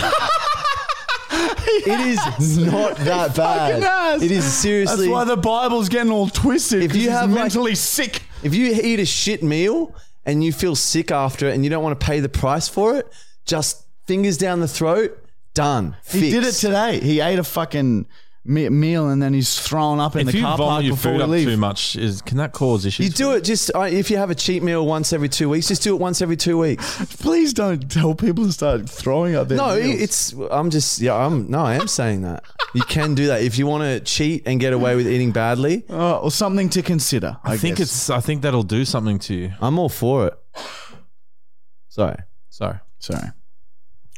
Speaker 2: It is not that bad.
Speaker 1: has.
Speaker 2: It is seriously.
Speaker 1: That's why the Bible's getting all twisted.
Speaker 2: If
Speaker 1: 'cause
Speaker 2: you
Speaker 1: it's
Speaker 2: have, like-
Speaker 1: mentally sick,
Speaker 2: If you eat a shit meal and you feel sick after it and you don't want to pay the price for it, just fingers down the throat, done.
Speaker 1: he did it
Speaker 2: Fixed.
Speaker 1: today. He ate a fucking me- meal and then he's thrown up in
Speaker 3: if
Speaker 1: the
Speaker 3: you
Speaker 1: car park
Speaker 3: vomit your
Speaker 1: before
Speaker 3: food
Speaker 1: we
Speaker 3: up
Speaker 1: leave.
Speaker 3: too much, is can that cause issues?
Speaker 2: You do it just uh, if you have a cheat meal once every two weeks, just do it once every two weeks.
Speaker 1: Please don't tell people to start throwing up their
Speaker 2: No,
Speaker 1: meals.
Speaker 2: it's I'm just yeah, I'm no, I am saying that. You can do that if you want to cheat and get away with eating badly.
Speaker 1: Uh, or something to consider. I,
Speaker 3: I, think
Speaker 1: guess.
Speaker 3: it's. I think that'll do something to you.
Speaker 2: I'm all for it. Sorry.
Speaker 3: [LAUGHS]
Speaker 2: Sorry.
Speaker 1: Sorry.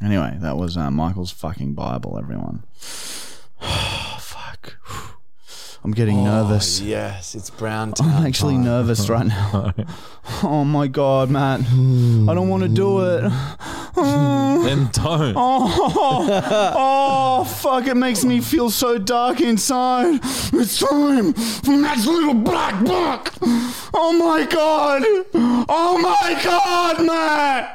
Speaker 1: Anyway, that was uh, Michael's fucking Bible, everyone. [SIGHS] Fuck. I'm
Speaker 3: Oh,
Speaker 1: getting nervous.
Speaker 2: Oh, Yes, it's brown
Speaker 1: [LAUGHS] I'm Oh, actually nervous right
Speaker 3: [LAUGHS]
Speaker 1: now. oh my God, Matt. I don't want to do
Speaker 3: [SIGHS]
Speaker 1: it. [SIGHS]
Speaker 3: Then don't.
Speaker 1: Oh, oh, fuck, it makes me feel so dark inside. It's time for Matt's little black book. Oh my God. Oh my God, Matt.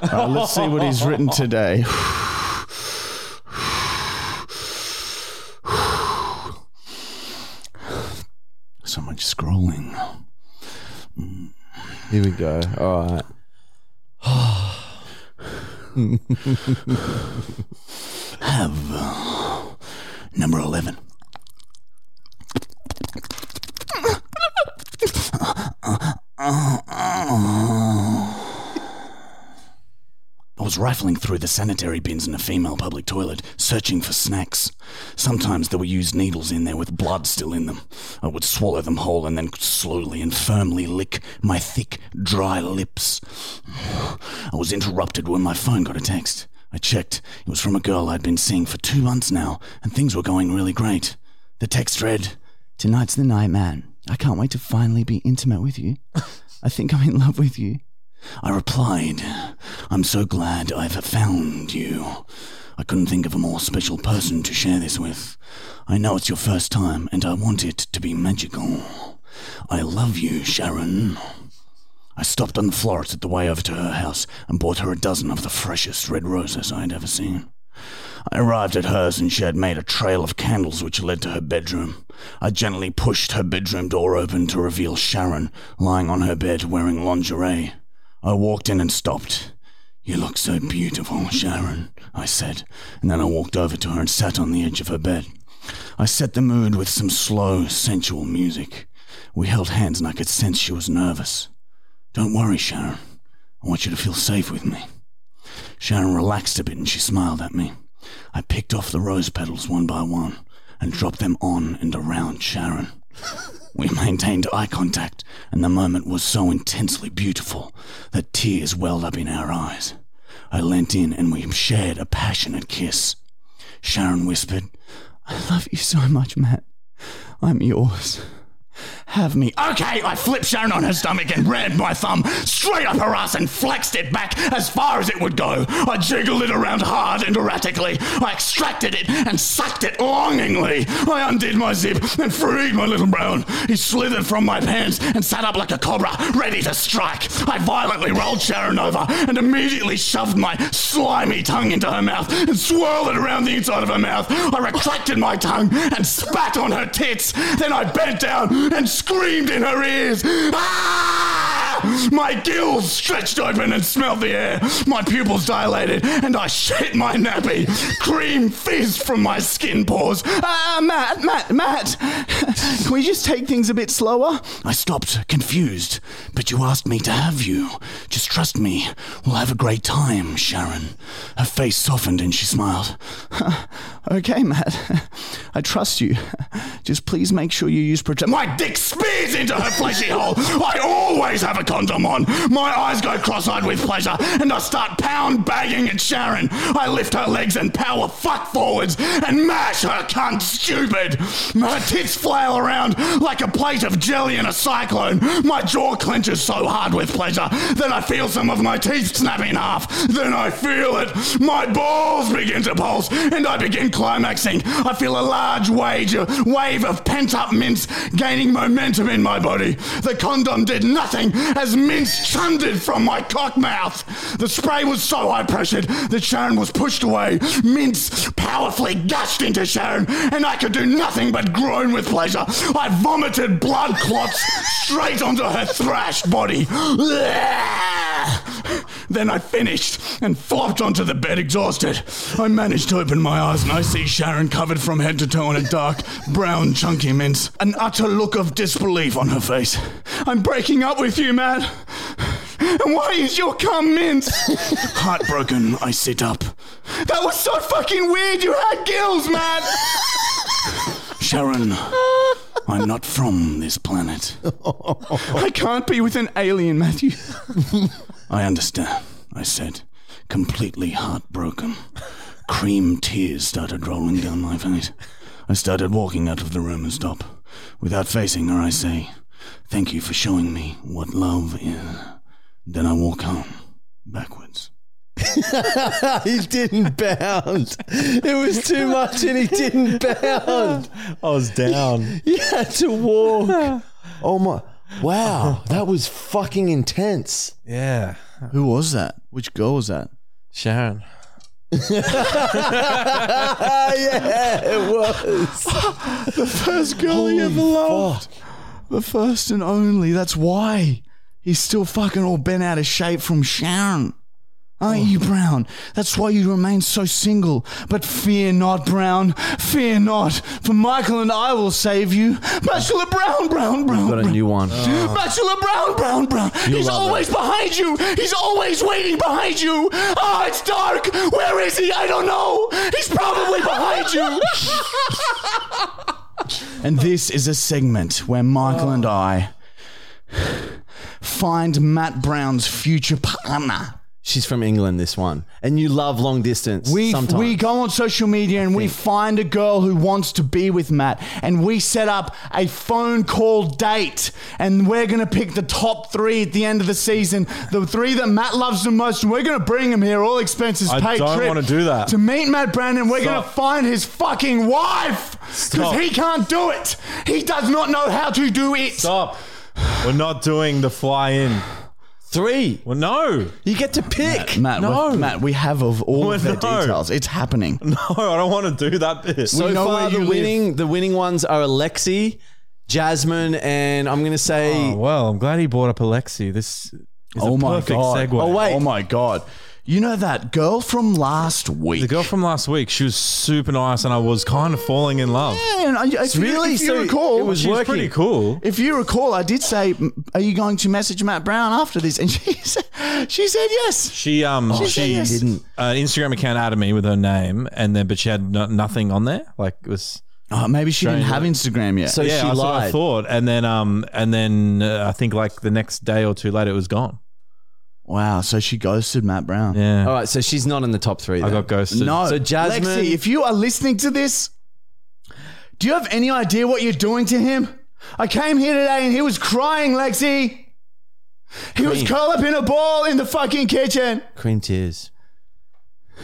Speaker 1: All right, let's see what he's written today. so much scrolling.
Speaker 2: Here we go. All right.
Speaker 1: Have uh, number 11. I was rifling through the sanitary bins in a female public toilet, searching for snacks. Sometimes there were used needles in there with blood still in them. I would swallow them whole and then slowly and firmly lick my thick, dry lips. I was interrupted when my phone got a text. I checked. It was from a girl I'd been seeing for two months now, and things were going really great. The text read Tonight's the night, man. I can't wait to finally be intimate with you. I think I'm in love with you. I replied, I'm so glad I've found you. I couldn't think of a more special person to share this with. I know it's your first time, and I want it to be magical. I love you, Sharon. I stopped on the florist at the way over to her house and bought her a dozen of the freshest red roses I had ever seen. I arrived at hers and she had made a trail of candles which led to her bedroom. I gently pushed her bedroom door open to reveal Sharon lying on her bed wearing lingerie. I walked in and stopped. You look so beautiful, Sharon, I said, and then I walked over to her and sat on the edge of her bed. I set the mood with some slow, sensual music. We held hands and I could sense she was nervous. Don't worry, Sharon. I want you to feel safe with me. Sharon relaxed a bit and she smiled at me. I picked off the rose petals one by one and dropped them on and around Sharon. We [LAUGHS] maintained eye contact, and the moment was so intensely beautiful that tears welled up in our eyes. I leant in and we shared a passionate kiss. Sharon whispered, I love you so much, Matt. I'm yours have me. Okay, I flipped Sharon on her stomach and ran my thumb straight up her ass and flexed it back as far as it would go. I jiggled it around hard and erratically. I extracted it and sucked it longingly. I undid my zip and freed my little brown. He slithered from my pants and sat up like a cobra, ready to strike. I violently rolled Sharon over and immediately shoved my slimy tongue into her mouth and swirled it around the inside of her mouth. I retracted my tongue and spat on her tits. Then I bent down and screamed in her ears. Ah! My gills stretched open and smelled the air. My pupils dilated and I shit my nappy. Cream fizzed from my skin pores. Ah, Matt, Matt, Matt. Can we just take things a bit slower? I stopped, confused. But you asked me to have you. Just trust me. We'll have a great time, Sharon. Her face softened and she smiled. [LAUGHS] okay, Matt. [LAUGHS] I trust you. [LAUGHS] Just please make sure you use protection. My dick spears into her fleshy hole. I always have a condom on. My eyes go cross-eyed with pleasure and I start pound bagging at Sharon. I lift her legs and power fuck forwards and mash her cunt stupid. Her tits flail around like a plate of jelly in a cyclone. My jaw clenches so hard with pleasure that I feel some of my teeth snap in half. Then I feel it. My balls begin to pulse and I begin climaxing. I feel a large wage, wave of pent up mints gaining momentum in my body. The condom did nothing as mints thundered from my cock mouth. The spray was so high pressured that Sharon was pushed away. Mints powerfully gushed into Sharon and I could do nothing but groan with pleasure. I vomited blood clots straight onto her thrashed body. Then I finished and flopped onto the bed exhausted. I managed to open my eyes and I see Sharon covered from head to toe in a dark, brown, chunky mince. An utter look of disbelief on her face. I'm breaking up with you, Matt. And why is your cum mince? Heartbroken, I sit up. That was so fucking weird. You had gills, Matt. Sharon, I'm not from this [LAUGHS] planet. I can't be with an alien, [LAUGHS] Matthew. I understand, I said, completely heartbroken. Cream tears started rolling down my face. I started walking out of the room and stopped. Without facing her, I say, Thank you for showing me what love is. Then I walk home, backwards.
Speaker 2: [LAUGHS] he didn't bound. It was too much and he didn't bound.
Speaker 3: I was down.
Speaker 2: [LAUGHS] You had to walk. [LAUGHS] Oh my. Wow. That was fucking
Speaker 1: [LAUGHS]
Speaker 2: intense.
Speaker 3: yeah.
Speaker 1: Who was that? Which girl was that?
Speaker 3: Sharon.
Speaker 2: Ah, yeah, it
Speaker 1: [LAUGHS]
Speaker 2: was.
Speaker 1: Oh The first girl he ever
Speaker 3: Oh,
Speaker 1: loved. The first and only. That's why he's still fucking all bent out of shape from Sharon. Aren't you, Brown? That's why you remain so single. But fear not, Brown. Fear not. For Michael and I will save you. Bachelor Brown, Brown, Brown.
Speaker 2: Got a
Speaker 1: Brown.
Speaker 2: new one.
Speaker 1: Bachelor Brown, Brown, Brown. He's
Speaker 2: love
Speaker 1: always behind you. He's always waiting behind you. Ah, it's dark. Where is he? I don't know. He's probably behind you. [LAUGHS] and this is a segment where Michael and I find Matt Brown's future partner.
Speaker 2: She's from England, this one. And you love long distance.
Speaker 1: We,
Speaker 2: sometimes.
Speaker 1: we go on social media and we find a girl who wants to be with Matt and we set up a phone call date and we're going to pick the top three at the end of the season, the three that Matt loves the most and we're going to bring him here, all expenses
Speaker 3: I
Speaker 1: paid
Speaker 3: don't
Speaker 1: trip
Speaker 3: wanna do that.
Speaker 1: To meet Matt Brandon, we're going to
Speaker 3: Stop.
Speaker 1: find his fucking wife because
Speaker 3: Stop.
Speaker 1: he can't do it. He does not know how to do it.
Speaker 3: Stop. We're not doing the fly in.
Speaker 2: Three.
Speaker 3: Well, no. [LAUGHS]
Speaker 2: You get to pick.
Speaker 1: Matt,
Speaker 3: No.
Speaker 1: we, Matt, we have of
Speaker 3: [LAUGHS]
Speaker 1: all of
Speaker 3: No.
Speaker 1: their details. It's happening.
Speaker 3: No, I don't want to do that bit.
Speaker 2: So
Speaker 1: We know
Speaker 2: far,
Speaker 1: where you
Speaker 2: the
Speaker 1: live.
Speaker 2: winning the winning ones are Alexi, Jasmine, and I'm gonna say.
Speaker 3: Oh, well, I'm glad he brought up Alexi. This is
Speaker 1: oh
Speaker 3: a
Speaker 1: my
Speaker 3: perfect
Speaker 1: god!
Speaker 3: segue.
Speaker 1: Oh wait! Oh my god! You know that girl from last week?
Speaker 3: The girl from last week, she was super nice, and I was kind of falling in love.
Speaker 1: Man, I- if you-
Speaker 2: Really?
Speaker 1: If you
Speaker 2: So
Speaker 1: recall,
Speaker 2: it was
Speaker 3: She was pretty cool.
Speaker 1: If you recall, I did say, "M- "Are you going to message Matt Brown after this?" And [LAUGHS] she said, "She said yes."
Speaker 3: She um she,
Speaker 1: said yes.
Speaker 3: didn't an Instagram account out of me with her name, and then but she had no, nothing on there. Like it was
Speaker 1: Oh, maybe she didn't have Instagram yet.
Speaker 2: So
Speaker 3: yeah,
Speaker 2: she
Speaker 3: that's what I
Speaker 2: lied.
Speaker 3: thought, and then um and then uh, I think like the next day or two later, it was gone.
Speaker 1: wow! So she ghosted Matt Brown.
Speaker 3: Yeah,
Speaker 2: All right, so she's not in the top three.
Speaker 3: I
Speaker 2: then.
Speaker 3: got ghosted.
Speaker 1: No.
Speaker 2: So Jasmine-
Speaker 1: Lexi, if you are listening to this, do you have any idea what you're doing to him? I came here today and he was crying, Lexi. He was curled up in a ball in the fucking kitchen.
Speaker 2: cream tears.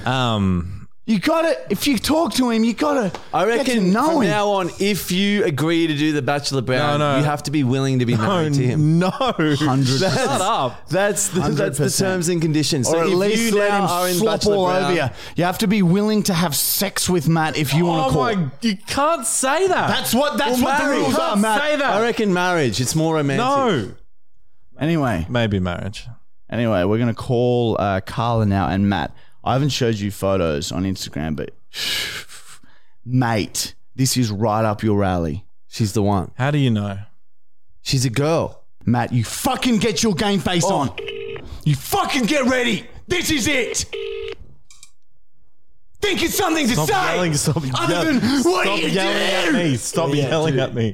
Speaker 1: Oh.
Speaker 3: um,
Speaker 1: You gotta, if you talk to him, you gotta.
Speaker 2: I
Speaker 1: get to
Speaker 2: reckon
Speaker 1: know
Speaker 2: from
Speaker 1: him.
Speaker 2: now on, if you agree to do the Bachelor Brown,
Speaker 3: No, no.
Speaker 2: you have to be willing to be
Speaker 3: oh
Speaker 2: married to him.
Speaker 3: no,
Speaker 2: [LAUGHS]
Speaker 1: Hundred
Speaker 3: shut
Speaker 1: percent.
Speaker 3: up.
Speaker 2: That's the, that's the
Speaker 1: 100%.
Speaker 2: terms and conditions. So
Speaker 1: or at
Speaker 2: if
Speaker 1: least
Speaker 2: you
Speaker 1: let
Speaker 2: now
Speaker 1: him
Speaker 2: are in
Speaker 1: slop
Speaker 2: Bachelor
Speaker 1: all
Speaker 2: Brown,
Speaker 1: over you. You have to be willing to have sex with Matt if you want
Speaker 3: Oh
Speaker 1: to call.
Speaker 3: my, you can't say that.
Speaker 1: That's what. That's
Speaker 2: Well,
Speaker 1: what the
Speaker 2: Matt,
Speaker 1: rules
Speaker 2: you
Speaker 1: are,
Speaker 3: can't
Speaker 1: Matt.
Speaker 3: say that.
Speaker 2: I reckon marriage. It's more romantic.
Speaker 3: no.
Speaker 1: Anyway,
Speaker 3: Maybe marriage.
Speaker 1: anyway, we're gonna call uh, Carla now and Matt. I haven't showed you [SIGHS] photos on Instagram, but mate, this is right up your alley.
Speaker 2: She's the one.
Speaker 3: How do you know?
Speaker 2: She's a girl.
Speaker 1: Matt, you fucking get your game face
Speaker 3: Oh.
Speaker 1: on. You fucking get ready. This is it. Think it's something to
Speaker 3: Stop
Speaker 1: say.
Speaker 3: yelling. Stop
Speaker 1: other
Speaker 3: yelling.
Speaker 1: than what
Speaker 3: Stop
Speaker 1: do you
Speaker 3: yelling
Speaker 1: do?
Speaker 3: at me. Stop
Speaker 2: Yeah,
Speaker 3: yelling
Speaker 2: dude.
Speaker 3: at me.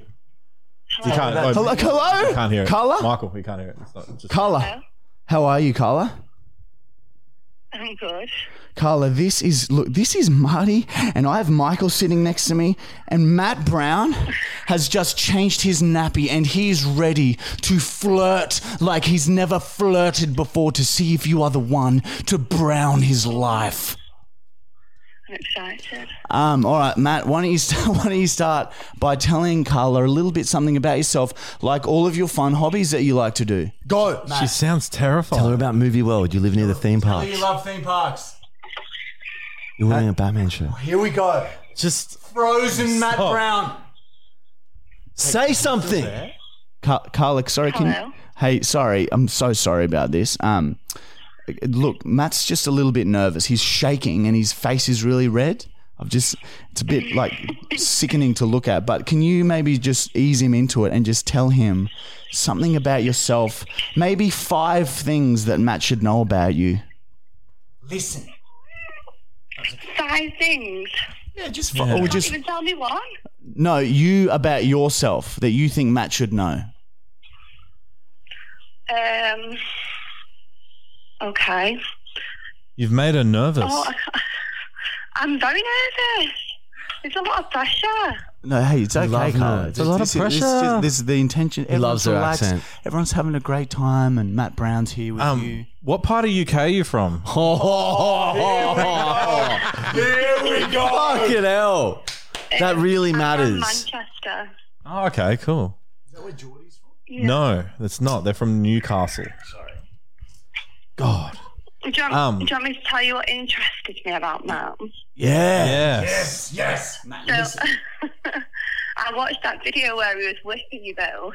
Speaker 3: You can't. oh,
Speaker 1: Hello, hello?
Speaker 3: You can't hear it.
Speaker 1: Carla?
Speaker 3: Michael, you can't hear it. It's not, just,
Speaker 1: Carla,
Speaker 4: Hello?
Speaker 1: how are you, Carla?
Speaker 4: I'm good.
Speaker 1: Carla, this is look. This is Marty, and I have Michael sitting next to me, and Matt Brown has just changed his nappy, and he's ready to flirt like he's never flirted before to see if you are the one to brown his life.
Speaker 4: I'm excited.
Speaker 1: Um, all right, Matt. Why don't you start, [LAUGHS] why don't you start by telling Carla a little bit something about yourself, like all of your fun hobbies that you like to do. Go,
Speaker 3: she sounds terrified.
Speaker 2: Tell her about Movie World. You live near the theme park.
Speaker 1: love theme parks.
Speaker 2: You're wearing a Batman shirt.
Speaker 1: Here we go.
Speaker 3: just
Speaker 1: Frozen Matt
Speaker 3: Stop.
Speaker 1: Brown.
Speaker 2: Say something.
Speaker 1: Car- Carla, sorry, can
Speaker 4: Hello.
Speaker 1: you, hey, sorry, I'm so sorry about this. Um, look, Matt's just a little bit nervous. He's shaking and his face is really red. I've just, it's a bit like sickening to look at. But can you maybe just ease him into it and just tell him something about yourself? Maybe five things that Matt should know about you. Listen.
Speaker 4: Five things.
Speaker 1: Yeah, just five. Or
Speaker 4: Can't
Speaker 1: just
Speaker 4: even tell me one.
Speaker 1: no, you about yourself that you think Matt should know.
Speaker 4: Um. Okay.
Speaker 3: You've made her nervous.
Speaker 4: Oh, I can't- I'm very nervous. It's a lot of pressure.
Speaker 1: No, hey, it's okay,
Speaker 2: love
Speaker 1: Carla.
Speaker 2: her.
Speaker 1: It's
Speaker 2: There's
Speaker 3: a lot of
Speaker 1: This, is-
Speaker 3: pressure.
Speaker 1: just- this is the intention. Everyone's
Speaker 2: loves her
Speaker 1: relaxed.
Speaker 2: accent.
Speaker 1: Everyone's having a great time, and Matt Brown's here with you.
Speaker 3: um, what part of UK are you from?
Speaker 1: Here we go.
Speaker 2: Fucking hell. That really
Speaker 4: I'm from
Speaker 2: matters.
Speaker 4: Manchester.
Speaker 3: Oh, okay, cool.
Speaker 4: Yeah.
Speaker 3: No, it's not. They're from Newcastle. Sorry. God.
Speaker 4: Do you, want,
Speaker 3: Um,
Speaker 4: do you want me to tell you what interested me about Matt?
Speaker 2: Yeah.
Speaker 3: Yes.
Speaker 4: So, [LAUGHS] I watched that video where he was whipping you though,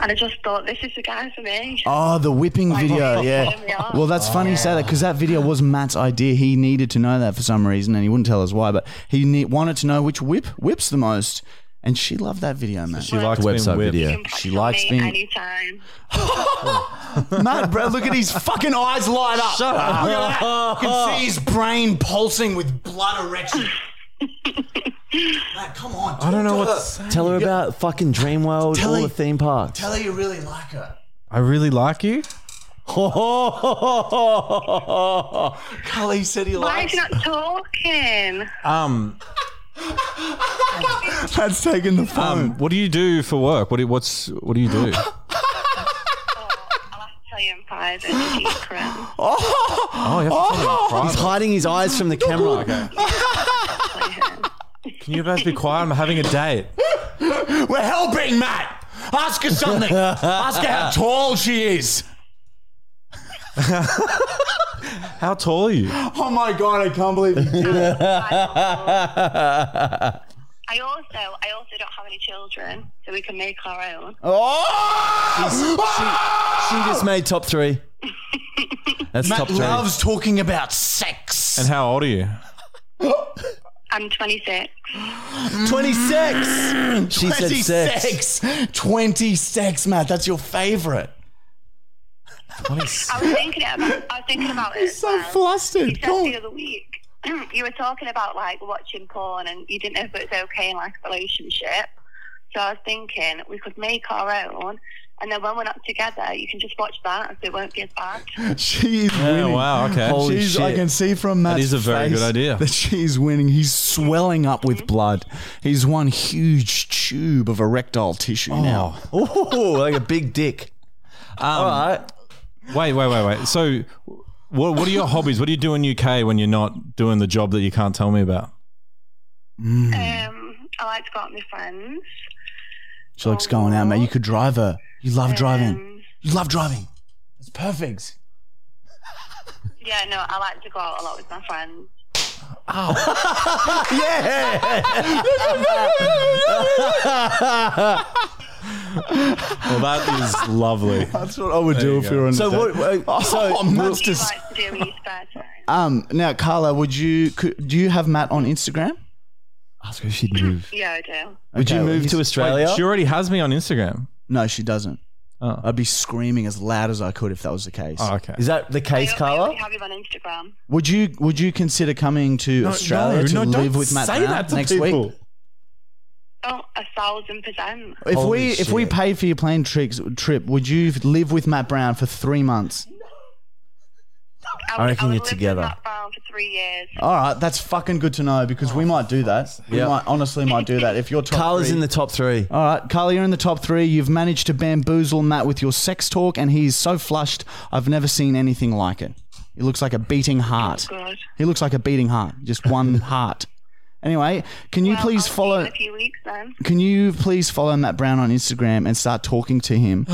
Speaker 4: and I just thought this is the guy for me.
Speaker 1: Oh, the whipping video.
Speaker 4: oh,
Speaker 1: Yeah.
Speaker 4: there we are.
Speaker 1: Well, that's funny you say that because that video was Matt's idea. He needed to know that for some reason, and he wouldn't tell us why. But he ne- wanted to know which whip whips the most, and she loved that video, man.
Speaker 3: She likes being
Speaker 2: Website
Speaker 3: whipped.
Speaker 2: video.
Speaker 4: You can
Speaker 1: she
Speaker 4: touch on
Speaker 1: likes
Speaker 4: me
Speaker 1: being-
Speaker 4: anytime.
Speaker 1: [LAUGHS] Matt, bro, look at his fucking eyes light up. Shut up. Look at that. You can see his brain pulsing with blood erection. Matt, come on.
Speaker 3: I don't know
Speaker 1: talk to her.
Speaker 3: what's.
Speaker 2: Tell her about fucking Dream World,
Speaker 1: Tell
Speaker 2: all
Speaker 1: her-
Speaker 2: the theme parks.
Speaker 1: Tell her you really like her.
Speaker 3: I really like you.
Speaker 1: Carly said he
Speaker 4: Why
Speaker 1: likes
Speaker 4: is he not talking?
Speaker 3: Um,
Speaker 1: Matt's taking the phone.
Speaker 3: um, what do you do for work? What do you, what's what do
Speaker 2: [GASPS]
Speaker 3: you do? Oh,
Speaker 4: I'll have to tell you in private. It's a secret.
Speaker 3: Oh, you have to tell
Speaker 2: [LAUGHS]
Speaker 3: me in
Speaker 2: He's [LAUGHS]
Speaker 3: private.
Speaker 2: hiding his eyes from
Speaker 1: [LAUGHS]
Speaker 2: the camera.
Speaker 3: Can you guys be quiet? I'm having a date.
Speaker 1: Um, We're helping Matt. Ask her something. Ask her how tall she is.
Speaker 3: How tall are you?
Speaker 1: Oh my god, I can't believe it.
Speaker 4: I also, I also don't have any children, so we can make our own.
Speaker 1: [LAUGHS] Oh!
Speaker 2: She just made top three. That's top
Speaker 1: Matt
Speaker 2: three.
Speaker 1: loves talking about sex.
Speaker 3: And how old are you?
Speaker 4: I'm 26.
Speaker 2: 26. she said sex.
Speaker 1: 20 sex, Matt. That's your favorite.
Speaker 4: I was thinking it about, I was thinking about it.
Speaker 1: So
Speaker 4: um, You
Speaker 1: flustered.
Speaker 4: said
Speaker 1: Go
Speaker 4: the other week, [CLEARS THROAT] you were talking about like watching porn and you didn't know if it was okay in like a relationship. So I was thinking we could make our own, and then when we're not together, you can just watch that, so it won't be as bad.
Speaker 1: [LAUGHS] on. She is
Speaker 3: Yeah, Oh, wow. Okay.
Speaker 2: Holy
Speaker 1: She's, I
Speaker 2: shit.
Speaker 1: can see from Matt's
Speaker 3: is a very
Speaker 1: face
Speaker 3: good idea.
Speaker 1: that she's winning. He's swelling up with blood. He's one huge tube of erectile tissue now.
Speaker 2: Ooh, like a big dick. Um, All right.
Speaker 3: Wait, wait, wait, wait. So, what what are your hobbies? What do you do in UK when you're not doing the job that you can't tell me about?
Speaker 1: Hmm.
Speaker 4: Um, I like to go out with my friends.
Speaker 1: She likes going out, mate. You could drive her. You love driving.
Speaker 4: Um,
Speaker 1: You love driving. It's perfect.
Speaker 4: yeah, no, I like to go out a lot with my friends.
Speaker 3: Well, that is lovely.
Speaker 1: That's what I would do
Speaker 3: you
Speaker 1: if
Speaker 3: go.
Speaker 1: we were on
Speaker 2: So
Speaker 1: a date.
Speaker 2: what? uh, So
Speaker 1: oh, Matt's
Speaker 4: What do you
Speaker 1: just.
Speaker 4: like to do in your spare time?
Speaker 1: Um, now, Carla, would you could, do you have Matt on Instagram?
Speaker 2: Ask her if she'd move.
Speaker 4: Yeah, I do.
Speaker 2: Would you
Speaker 1: Okay,
Speaker 2: move
Speaker 1: he's-
Speaker 2: to Australia?
Speaker 3: Wait, she already has me on Instagram.
Speaker 1: No, she doesn't.
Speaker 3: Oh,
Speaker 1: I'd be screaming as loud as I could if that was the case.
Speaker 3: Oh, okay.
Speaker 2: Is that the case,
Speaker 4: I
Speaker 2: Carla?
Speaker 4: already have you on Instagram.
Speaker 1: Would you Would you consider coming to Australia to live with Matt Brown next week?
Speaker 4: Oh, a thousand percent.
Speaker 1: If
Speaker 2: Holy
Speaker 1: we if we
Speaker 2: shit.
Speaker 1: paid for your plane tricks, trip, would you live with Matt Brown for three months?
Speaker 4: I,
Speaker 2: I
Speaker 4: would-
Speaker 2: reckon
Speaker 4: I would
Speaker 2: you're
Speaker 4: live
Speaker 2: together.
Speaker 4: With Matt Brown for three years.
Speaker 1: All right, that's fucking good to know because we might do that. We
Speaker 2: Yeah.
Speaker 1: might honestly might do that if you're top.
Speaker 2: Carla's
Speaker 1: three-
Speaker 2: in the top three.
Speaker 1: All right, Carly, you're in the top three. You've managed to bamboozle Matt with your sex talk, and he's so flushed. I've never seen anything like it. He looks like a beating heart.
Speaker 4: Good.
Speaker 1: He looks like a beating heart, just one [LAUGHS] heart. Anyway, can you
Speaker 4: Well,
Speaker 1: please
Speaker 4: I'll see you
Speaker 1: follow?
Speaker 4: in a few weeks then.
Speaker 1: Can you please follow Matt Brown on Instagram and start talking to
Speaker 2: [SIGHS]
Speaker 1: him?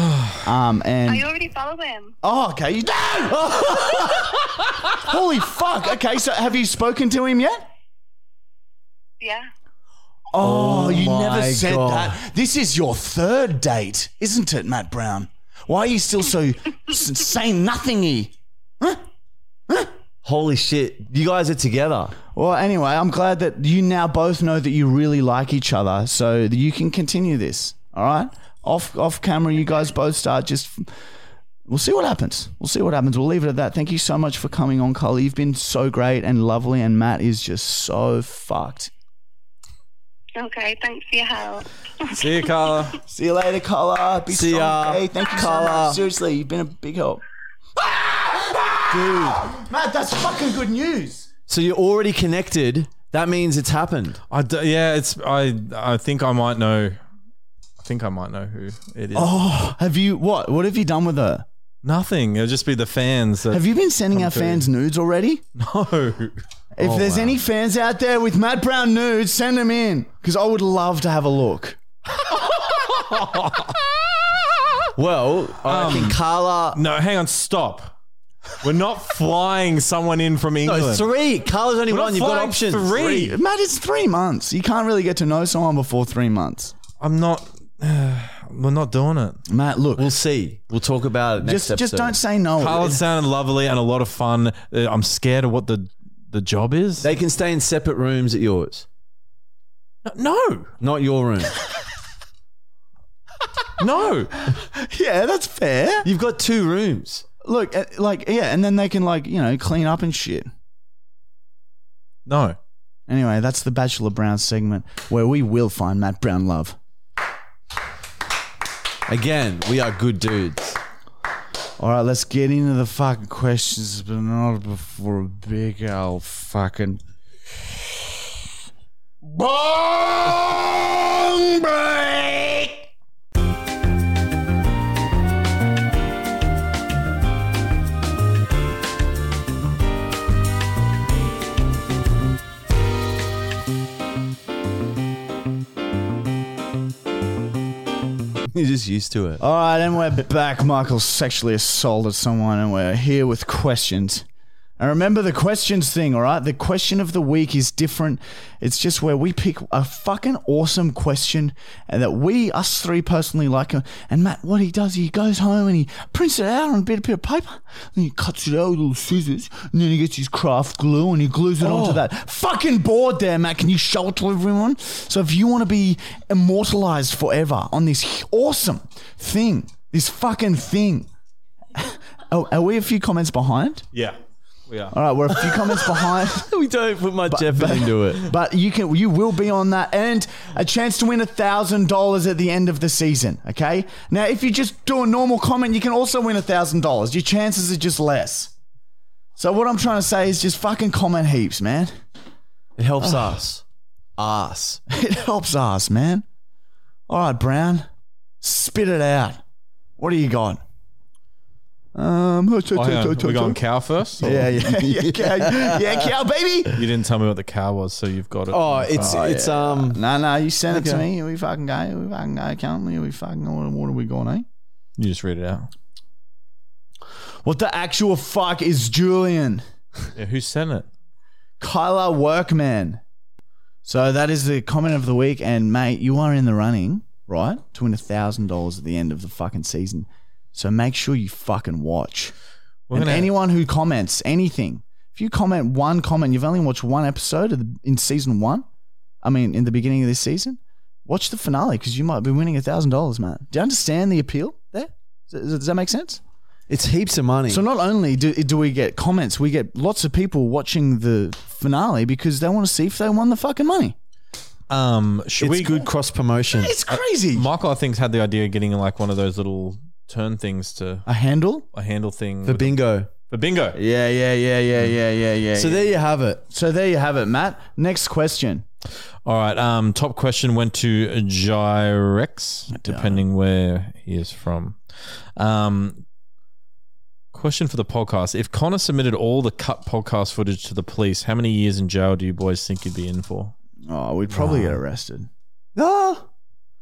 Speaker 1: um,
Speaker 4: I
Speaker 1: and
Speaker 4: already follow him.
Speaker 1: oh, okay, [LAUGHS] you no! Holy fuck! Okay, so have you spoken to him yet?
Speaker 4: Yeah.
Speaker 1: Oh,
Speaker 2: Oh
Speaker 1: you
Speaker 2: my
Speaker 1: never said
Speaker 2: God.
Speaker 1: that. This is your third date, isn't it, Matt Brown? Why are you still so s- saying nothingy?
Speaker 2: Holy shit. You guys are together.
Speaker 1: Well, anyway, I'm glad that you now both know that you really like each other, so that you can continue this. All right, off off camera, you guys both start just. We'll see what happens. We'll see what happens. We'll leave it at that. Thank you so much for coming on, Carly. You've been so great and lovely, and Matt is just so fucked.
Speaker 4: Okay. Thanks for your help.
Speaker 3: See you, Carla.
Speaker 1: See you later, Carla. Be
Speaker 2: See
Speaker 1: strong,
Speaker 2: ya.
Speaker 1: okay? Thank you, Carla. Seriously, you've been a big help. Dude, Matt, that's fucking good news.
Speaker 2: So you're already connected. That means it's happened.
Speaker 3: I d- yeah, it's I. I think I might know. I think I might know who it is.
Speaker 1: Oh, have you what? What have you done with her?
Speaker 3: Nothing. It'll just be the fans. That,
Speaker 1: Have you been sending
Speaker 3: Come
Speaker 1: our
Speaker 3: to-
Speaker 1: fans nudes already?
Speaker 3: [LAUGHS] No.
Speaker 1: If
Speaker 3: Oh,
Speaker 1: there's
Speaker 3: wow.
Speaker 1: any fans out there with Matt Brown nudes, send them in because I would love to have a look.
Speaker 2: Well,
Speaker 1: Um,
Speaker 2: I think Carla.
Speaker 3: No, hang on. Stop.
Speaker 2: [LAUGHS]
Speaker 3: We're not flying someone in from England.
Speaker 2: No, three. Carla's only
Speaker 3: We're not
Speaker 2: one. You've got
Speaker 3: flying
Speaker 2: options.
Speaker 3: Three.
Speaker 1: Matt, it's three months. You can't really get to know someone before three months.
Speaker 3: I'm not. [SIGHS] we're not doing it.
Speaker 1: Matt, look,
Speaker 2: We'll see. We'll talk about it next
Speaker 1: just just
Speaker 2: episode.
Speaker 1: don't say
Speaker 2: Oh,
Speaker 1: no.
Speaker 3: Carla sounded lovely and a lot of fun. Uh, I'm scared of what the the job is.
Speaker 2: They can stay in separate rooms at yours,
Speaker 3: no,
Speaker 2: not your
Speaker 1: [LAUGHS]
Speaker 2: room.
Speaker 3: no.
Speaker 1: [LAUGHS] yeah, that's fair.
Speaker 2: [LAUGHS] You've got two rooms.
Speaker 1: Look, uh, like yeah, and then they can like you know clean up and shit.
Speaker 3: No.
Speaker 1: Anyway, that's the Bachelor Brown segment where we will find Matt Brown love.
Speaker 2: Again, we are good dudes.
Speaker 1: All right, let's get into the fucking questions, but not before a big old fucking.
Speaker 2: You're just used to it.
Speaker 1: All right, and we're back. Michael sexually assaulted someone, and we're here with questions. And remember the questions thing, all right? The question of the week is different. It's just where we pick a fucking awesome question and that we, us three personally like. And Matt, what he does, he goes home and he prints it out on a bit, bit of paper. Then he cuts it out with little scissors. And then he gets his craft glue and he glues it
Speaker 3: Oh.
Speaker 1: onto that fucking board there, Matt. Can you show it to everyone? So if you want to be immortalized forever on this awesome thing, this fucking thing. [LAUGHS] Oh, are we a few comments behind?
Speaker 3: Yeah, we are.
Speaker 1: All right, we're a few comments behind,
Speaker 2: We don't put much effort into it.
Speaker 1: but you can you will be on that and a chance to win a thousand dollars at the end of the season. Okay, now if you just do a normal comment, you can also win a thousand dollars. Your chances are just less. So what I'm trying to say is just fucking comment heaps, man. [LAUGHS]
Speaker 2: It [LAUGHS] helps us. Us.
Speaker 1: It helps us, man. All right, Brown, spit it out. What do you got? Um,
Speaker 3: Oh, hang on. we going cow first?
Speaker 1: [LAUGHS]
Speaker 3: or-
Speaker 1: yeah, yeah, yeah, cow, yeah, cow, baby.
Speaker 3: You didn't tell me what the cow was, so you've got it.
Speaker 2: Oh, it's it's um.
Speaker 1: No, no, you send it to
Speaker 2: Okay.
Speaker 1: me. We fucking go. We fucking go. Can't we? We fucking. What, what are we going? Eh?
Speaker 3: You just read it out.
Speaker 1: What the actual fuck is Julian?
Speaker 3: Yeah, who sent it?
Speaker 1: Kyla Workman. So that is the comment of the week, and mate, you are in the running, right? To win a thousand dollars at the end of the fucking season. So make sure you fucking watch.
Speaker 3: We're
Speaker 1: and
Speaker 3: gonna-
Speaker 1: anyone who comments anything, if you comment one comment, you've only watched one episode of the, in season one. I mean, in the beginning of this season, watch the finale because you might be winning $1,000, man. Do you understand the appeal there? Does, does that make sense?
Speaker 2: It's heaps of money.
Speaker 1: So not only do, do we get comments, we get lots of people watching the finale because they want to see if they won the fucking money.
Speaker 3: Um, should
Speaker 2: it's
Speaker 3: we?
Speaker 2: good cross promotion.
Speaker 1: [LAUGHS] It's crazy.
Speaker 3: Michael, I think's had the idea of getting like one of those little turn things to
Speaker 1: a handle?
Speaker 3: a handle thing
Speaker 2: The
Speaker 3: with-
Speaker 2: bingo.
Speaker 3: for bingo.
Speaker 1: Yeah, yeah, yeah, yeah, yeah, yeah, yeah.
Speaker 2: So
Speaker 1: So,
Speaker 2: there you have it.
Speaker 1: so there you have it, Matt. Next question.
Speaker 3: All right. Um, top question went to Gyrex, depending where he is from. Um, question for the podcast: If Connor submitted all the cut podcast footage to the police, how many years in jail do you boys think you'd be in for?
Speaker 1: Oh, we'd probably get arrested. Ah.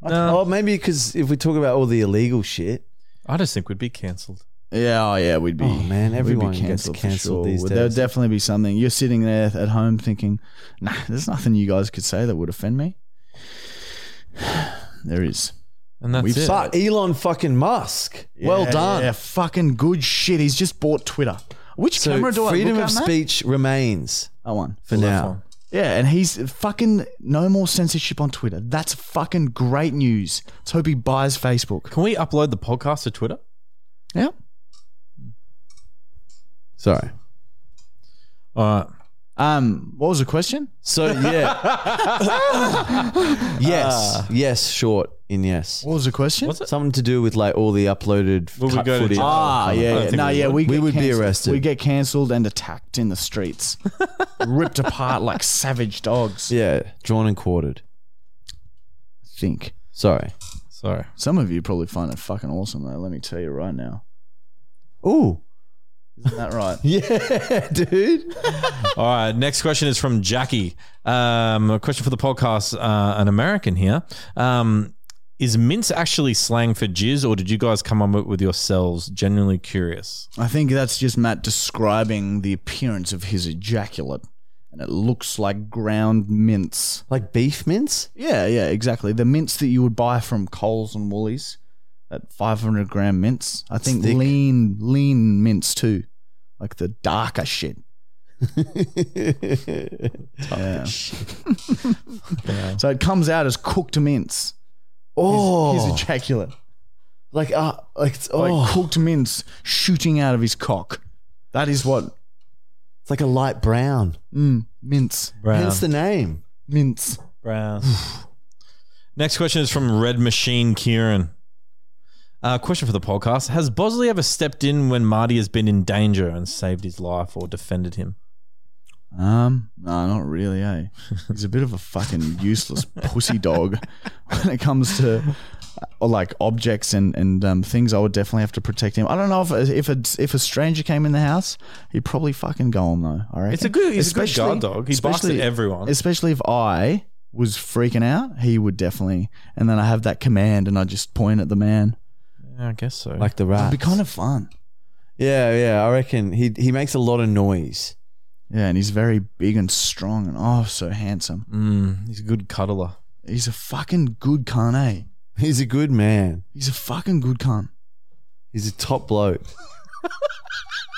Speaker 2: No.
Speaker 3: No.
Speaker 2: Oh, maybe because if we talk about all the illegal shit,
Speaker 3: I just think we'd be cancelled.
Speaker 1: Yeah, oh yeah, we'd be.
Speaker 2: Oh, man,
Speaker 1: we'd be
Speaker 2: everyone gets
Speaker 1: cancelled for
Speaker 2: cancelled these
Speaker 1: There'd
Speaker 2: days.
Speaker 1: definitely be something. You're sitting there at home thinking, "Nah, there's nothing you guys could say that would offend me." [SIGHS] There is.
Speaker 3: And that's
Speaker 1: We've
Speaker 3: it.
Speaker 2: but Elon fucking Musk. well
Speaker 1: Yeah,
Speaker 2: done.
Speaker 1: Yeah, fucking good shit. He's just bought Twitter. Which
Speaker 2: So
Speaker 1: camera do
Speaker 2: freedom
Speaker 1: I look
Speaker 2: of
Speaker 1: at, Matt?
Speaker 2: speech remains
Speaker 1: That one.
Speaker 2: for
Speaker 3: Well, that's
Speaker 2: now.
Speaker 3: fine.
Speaker 1: Yeah, and he's fucking no more censorship on Twitter. That's fucking great news. Let's hope he buys Facebook.
Speaker 3: Can we upload the podcast to Twitter?
Speaker 1: Yeah.
Speaker 2: Sorry.
Speaker 3: All right.
Speaker 1: Um, what was the question? [LAUGHS]
Speaker 2: So yeah. yes.
Speaker 1: Ah.
Speaker 2: yes. Short in yes.
Speaker 1: What was the question?
Speaker 3: What's it?
Speaker 2: Something to do with like all the uploaded
Speaker 3: Will we
Speaker 2: cut
Speaker 3: go to
Speaker 2: footage.
Speaker 3: jail?
Speaker 1: Ah,
Speaker 3: I don't
Speaker 1: yeah, yeah.
Speaker 3: think
Speaker 1: no,
Speaker 3: we
Speaker 1: yeah,
Speaker 3: would.
Speaker 1: we
Speaker 2: We
Speaker 1: get
Speaker 2: would be
Speaker 1: cancelled-
Speaker 2: arrested.
Speaker 1: We get cancelled and attacked in the streets, [LAUGHS] ripped apart like savage dogs.
Speaker 2: yeah. Drawn and quartered.
Speaker 1: I think
Speaker 2: Sorry.
Speaker 3: Sorry.
Speaker 1: some of you probably find it fucking awesome though. Let me tell you right now,
Speaker 2: Ooh.
Speaker 1: isn't that
Speaker 2: [LAUGHS]
Speaker 1: right?
Speaker 2: Yeah, dude.
Speaker 3: All right. Next question is from Jackie. Um, a question for the podcast. Uh, an American here. Um, is mince actually slang for jizz, or did you guys come up with yourselves? Genuinely curious.
Speaker 1: I think that's just Matt describing the appearance of his ejaculate, and it looks like ground mince.
Speaker 2: Like beef [LAUGHS] mince?
Speaker 1: Yeah, yeah, exactly. The mince that you would buy from Coles and Woolies, that 500 gram mince. I think
Speaker 2: thick.
Speaker 1: lean, lean mince too, like the darker shit. Yeah. so it comes out as cooked mince.
Speaker 2: oh,
Speaker 1: His ejaculate.
Speaker 2: like uh, like it's, oh,
Speaker 1: Like cooked mince shooting out of his cock. That is what
Speaker 2: it's like a light brown.
Speaker 1: mm, mince.
Speaker 2: Hence the name.
Speaker 1: Mince.
Speaker 3: Brown. [SIGHS] Next question is from Red Machine Kieran. Uh, question for the podcast: Has Bosley ever stepped in when Marty has been in danger and saved his life or defended him?
Speaker 1: Um, no, not really, eh? He's a bit of a fucking useless pussy dog [LAUGHS] when it comes to uh, or like objects and and um, things. I would definitely have to protect him. I don't know if if a, if a stranger came in the house, he'd probably fucking go him though. I reckon
Speaker 3: It's a good- he's a good
Speaker 1: Especially-
Speaker 3: guard dog. He barks at
Speaker 1: especially-
Speaker 3: everyone.
Speaker 1: Especially if I was freaking out, he would definitely. And then I have that command, and I just point at the man.
Speaker 3: Yeah, I guess so.
Speaker 2: Like the rat.
Speaker 1: It'd be kind of fun.
Speaker 2: yeah, yeah. I reckon he he makes a lot of noise.
Speaker 1: Yeah, and he's very big and strong, and oh, so handsome.
Speaker 3: Mm, he's a good cuddler.
Speaker 1: He's a fucking good cunt, eh?
Speaker 2: He's a good man.
Speaker 1: He's a fucking good cunt.
Speaker 2: He's a top bloke.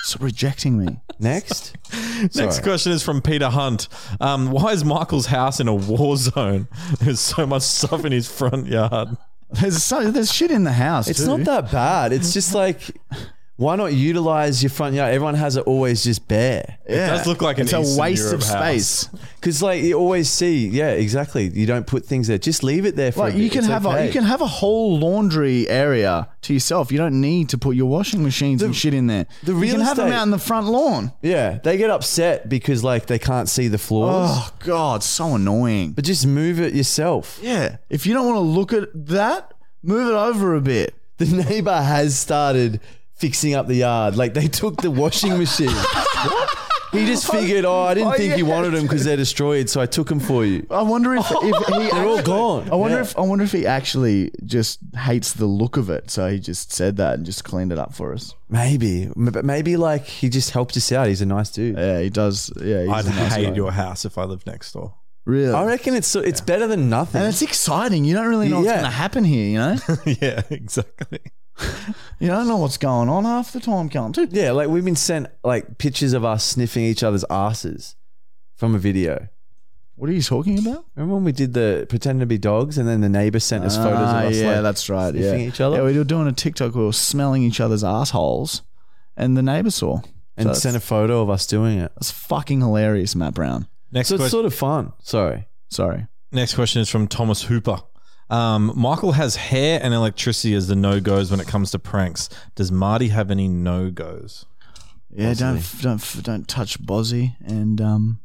Speaker 1: Stop rejecting me. [LAUGHS]
Speaker 2: Next.
Speaker 3: Next
Speaker 2: Sorry.
Speaker 3: question is from Peter Hunt. Um, why is Michael's house in a war zone? [LAUGHS] There's so much stuff in his front yard.
Speaker 1: There's so, there's shit in the house.
Speaker 2: It's
Speaker 1: too.
Speaker 2: not that bad. It's just like, why not utilize your front yard? Everyone has it always just bare.
Speaker 1: Yeah.
Speaker 3: does look like an
Speaker 1: it's a
Speaker 3: Eastern
Speaker 1: waste
Speaker 3: Europe
Speaker 1: of space.
Speaker 2: Because like you always see, yeah, exactly. You don't put things there. Just leave it there for.
Speaker 1: Like
Speaker 2: a bit.
Speaker 1: you can
Speaker 2: It's
Speaker 1: have
Speaker 2: okay.
Speaker 1: a you can have a whole laundry area to yourself. You don't need to put your washing machines and shit in there.
Speaker 2: the
Speaker 1: you
Speaker 2: real
Speaker 1: can have them
Speaker 2: estate-
Speaker 1: out in the front lawn.
Speaker 2: Yeah, they get upset because like they can't see the floors.
Speaker 1: Oh god, so annoying.
Speaker 2: But just move it yourself. [LAUGHS]
Speaker 1: yeah, if you don't want to look at that, move it over a bit.
Speaker 2: The neighbor has started fixing up the yard. Like they took the
Speaker 1: [LAUGHS]
Speaker 2: washing machine. he just figured, oh, I didn't
Speaker 1: Oh,
Speaker 2: think you
Speaker 1: yeah.
Speaker 2: wanted them because they're destroyed, so I took them for you.
Speaker 1: I wonder
Speaker 2: [LAUGHS]
Speaker 1: if, if he
Speaker 2: They're all gone.
Speaker 1: I wonder
Speaker 2: Yeah.
Speaker 1: if I wonder if he actually just hates the look of it, so he just said that and just cleaned it up for us.
Speaker 2: maybe, M- but maybe like he just helped us out. He's a nice dude.
Speaker 1: Yeah, he does. Yeah, he's
Speaker 3: I'd
Speaker 1: a nice
Speaker 3: hate
Speaker 1: guy.
Speaker 3: your house if I lived next door. [LAUGHS]
Speaker 1: Really,
Speaker 2: I reckon it's so, it's better than nothing.
Speaker 1: and it's exciting. You don't really know what's
Speaker 2: Yeah.
Speaker 1: going to happen here. You
Speaker 2: [LAUGHS]
Speaker 1: know,
Speaker 3: yeah, exactly.
Speaker 1: you don't know what's going on half the time, can't you?
Speaker 2: yeah, like we've been sent like pictures of us sniffing each other's asses from a video.
Speaker 1: What are you talking about?
Speaker 2: Remember when we did the pretend to be dogs and then the neighbor sent us photos of
Speaker 1: Ah,
Speaker 2: us?
Speaker 1: yeah,
Speaker 2: like,
Speaker 1: that's right. Yeah.
Speaker 2: sniffing each other?
Speaker 1: yeah, we were doing a TikTok. We were smelling each other's assholes, and the neighbor saw.
Speaker 2: and
Speaker 1: so
Speaker 2: sent a
Speaker 1: that's,
Speaker 2: photo of us doing it.
Speaker 1: that's fucking hilarious, Matt Brown.
Speaker 3: Next
Speaker 2: So it's
Speaker 3: question.
Speaker 2: sort of fun. Sorry.
Speaker 1: Sorry.
Speaker 3: Next question is from Thomas Hooper. Um, Michael has hair and electricity as the no goes when it comes to pranks. Does Marty have any no goes?
Speaker 1: Yeah, don't don't don't touch Bozzy, and um,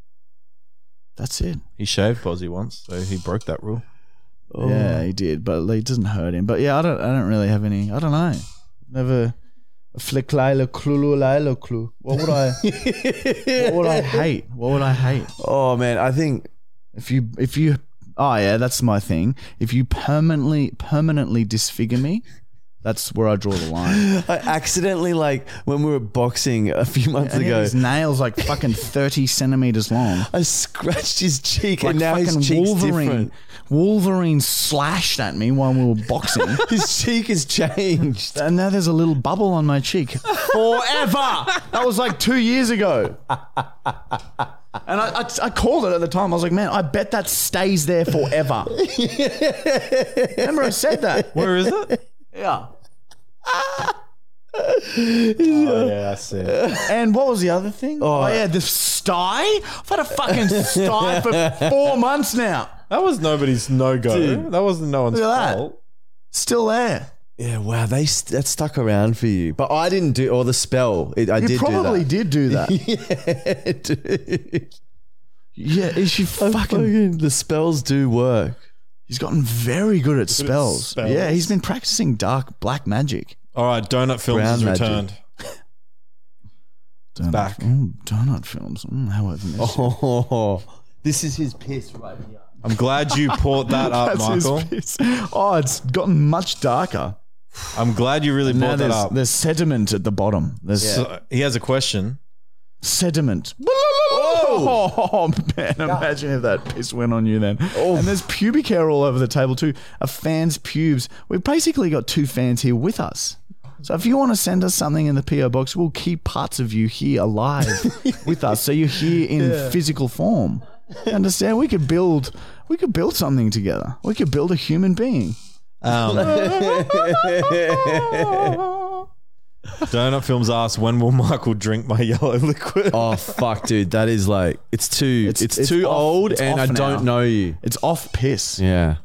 Speaker 1: that's it.
Speaker 3: He shaved Bozzy once, so he broke that rule.
Speaker 1: Yeah, he did, but like, it doesn't hurt him. But yeah, I don't I don't really have any. I don't know. Never. Flick lila clulu lila clue. What would I? what would
Speaker 2: [LAUGHS]
Speaker 1: I hate? What would I hate?
Speaker 2: Oh man, I think
Speaker 1: If you if you oh yeah, that's my thing. If you permanently permanently disfigure me, that's where I draw the line.
Speaker 2: I accidentally like when we were boxing a few months
Speaker 1: And
Speaker 2: ago.
Speaker 1: his nails like fucking thirty centimeters long.
Speaker 2: I scratched his cheek,
Speaker 1: Like
Speaker 2: and now his
Speaker 1: fucking
Speaker 2: cheek's
Speaker 1: Wolverine.
Speaker 2: different.
Speaker 1: Wolverine slashed at me while we were boxing.
Speaker 2: His cheek has changed.
Speaker 1: and now there's a little bubble on my cheek. Forever. that was like two years ago. And I, I, I called it at the time. I was like, man, I bet that stays there forever. Remember, I said that.
Speaker 3: Where is it?
Speaker 1: Yeah.
Speaker 3: oh, yeah, I see. [LAUGHS] it.
Speaker 1: And what was the other thing? Oh, yeah, the sty. I've had a fucking sty for four months now.
Speaker 3: That was nobody's no go. That wasn't no one's
Speaker 1: Look at that.
Speaker 3: fault.
Speaker 1: Still there.
Speaker 2: Yeah, wow, they st- that stuck around for you, but I didn't do or the spell. It, I
Speaker 1: you
Speaker 2: did
Speaker 1: probably
Speaker 2: [LAUGHS] do
Speaker 1: did do that.
Speaker 2: that. Yeah, dude.
Speaker 1: [LAUGHS] yeah, is she
Speaker 2: I
Speaker 1: fucking,
Speaker 2: fucking the spells
Speaker 1: [LAUGHS]
Speaker 2: do work.
Speaker 1: Oh, He's gotten very good at spells.
Speaker 3: spells.
Speaker 1: Yeah, he's been practicing dark black magic.
Speaker 3: All right, Donut Films
Speaker 2: Brown
Speaker 3: has
Speaker 2: magic.
Speaker 3: returned.
Speaker 1: Donut,
Speaker 3: back.
Speaker 1: Oh, donut films. Mm, how I've missed it.
Speaker 2: Oh, this is his piss right here.
Speaker 3: I'm glad you
Speaker 2: [LAUGHS]
Speaker 3: brought that up,
Speaker 1: That's his
Speaker 3: Michael.
Speaker 1: piss. Oh, it's gotten much darker.
Speaker 3: I'm glad you really
Speaker 1: Now
Speaker 3: brought that
Speaker 1: there's,
Speaker 3: up.
Speaker 1: there's sediment at the bottom. There's
Speaker 3: So, he has a question.
Speaker 1: sediment. [LAUGHS] Oh, man, imagine if that piss went on you then. And there's pubic hair all over the table too. A fan's pubes. We've basically got two fans here with us. So if you want to send us something in the PO box, we'll keep parts of you here alive with us. So you're here in physical form. You understand? We could build we could build something together. We could build a human being.
Speaker 3: Um, Donut Films asks, when will Michael drink my [LAUGHS] yellow liquid?
Speaker 2: Oh fuck, dude, that is like it's too it's,
Speaker 1: It's- it's
Speaker 2: too
Speaker 1: off-
Speaker 2: old,
Speaker 1: it's
Speaker 2: and I
Speaker 1: off
Speaker 2: don't
Speaker 1: now.
Speaker 2: know you.
Speaker 1: [LAUGHS] It's off piss.
Speaker 2: Yeah,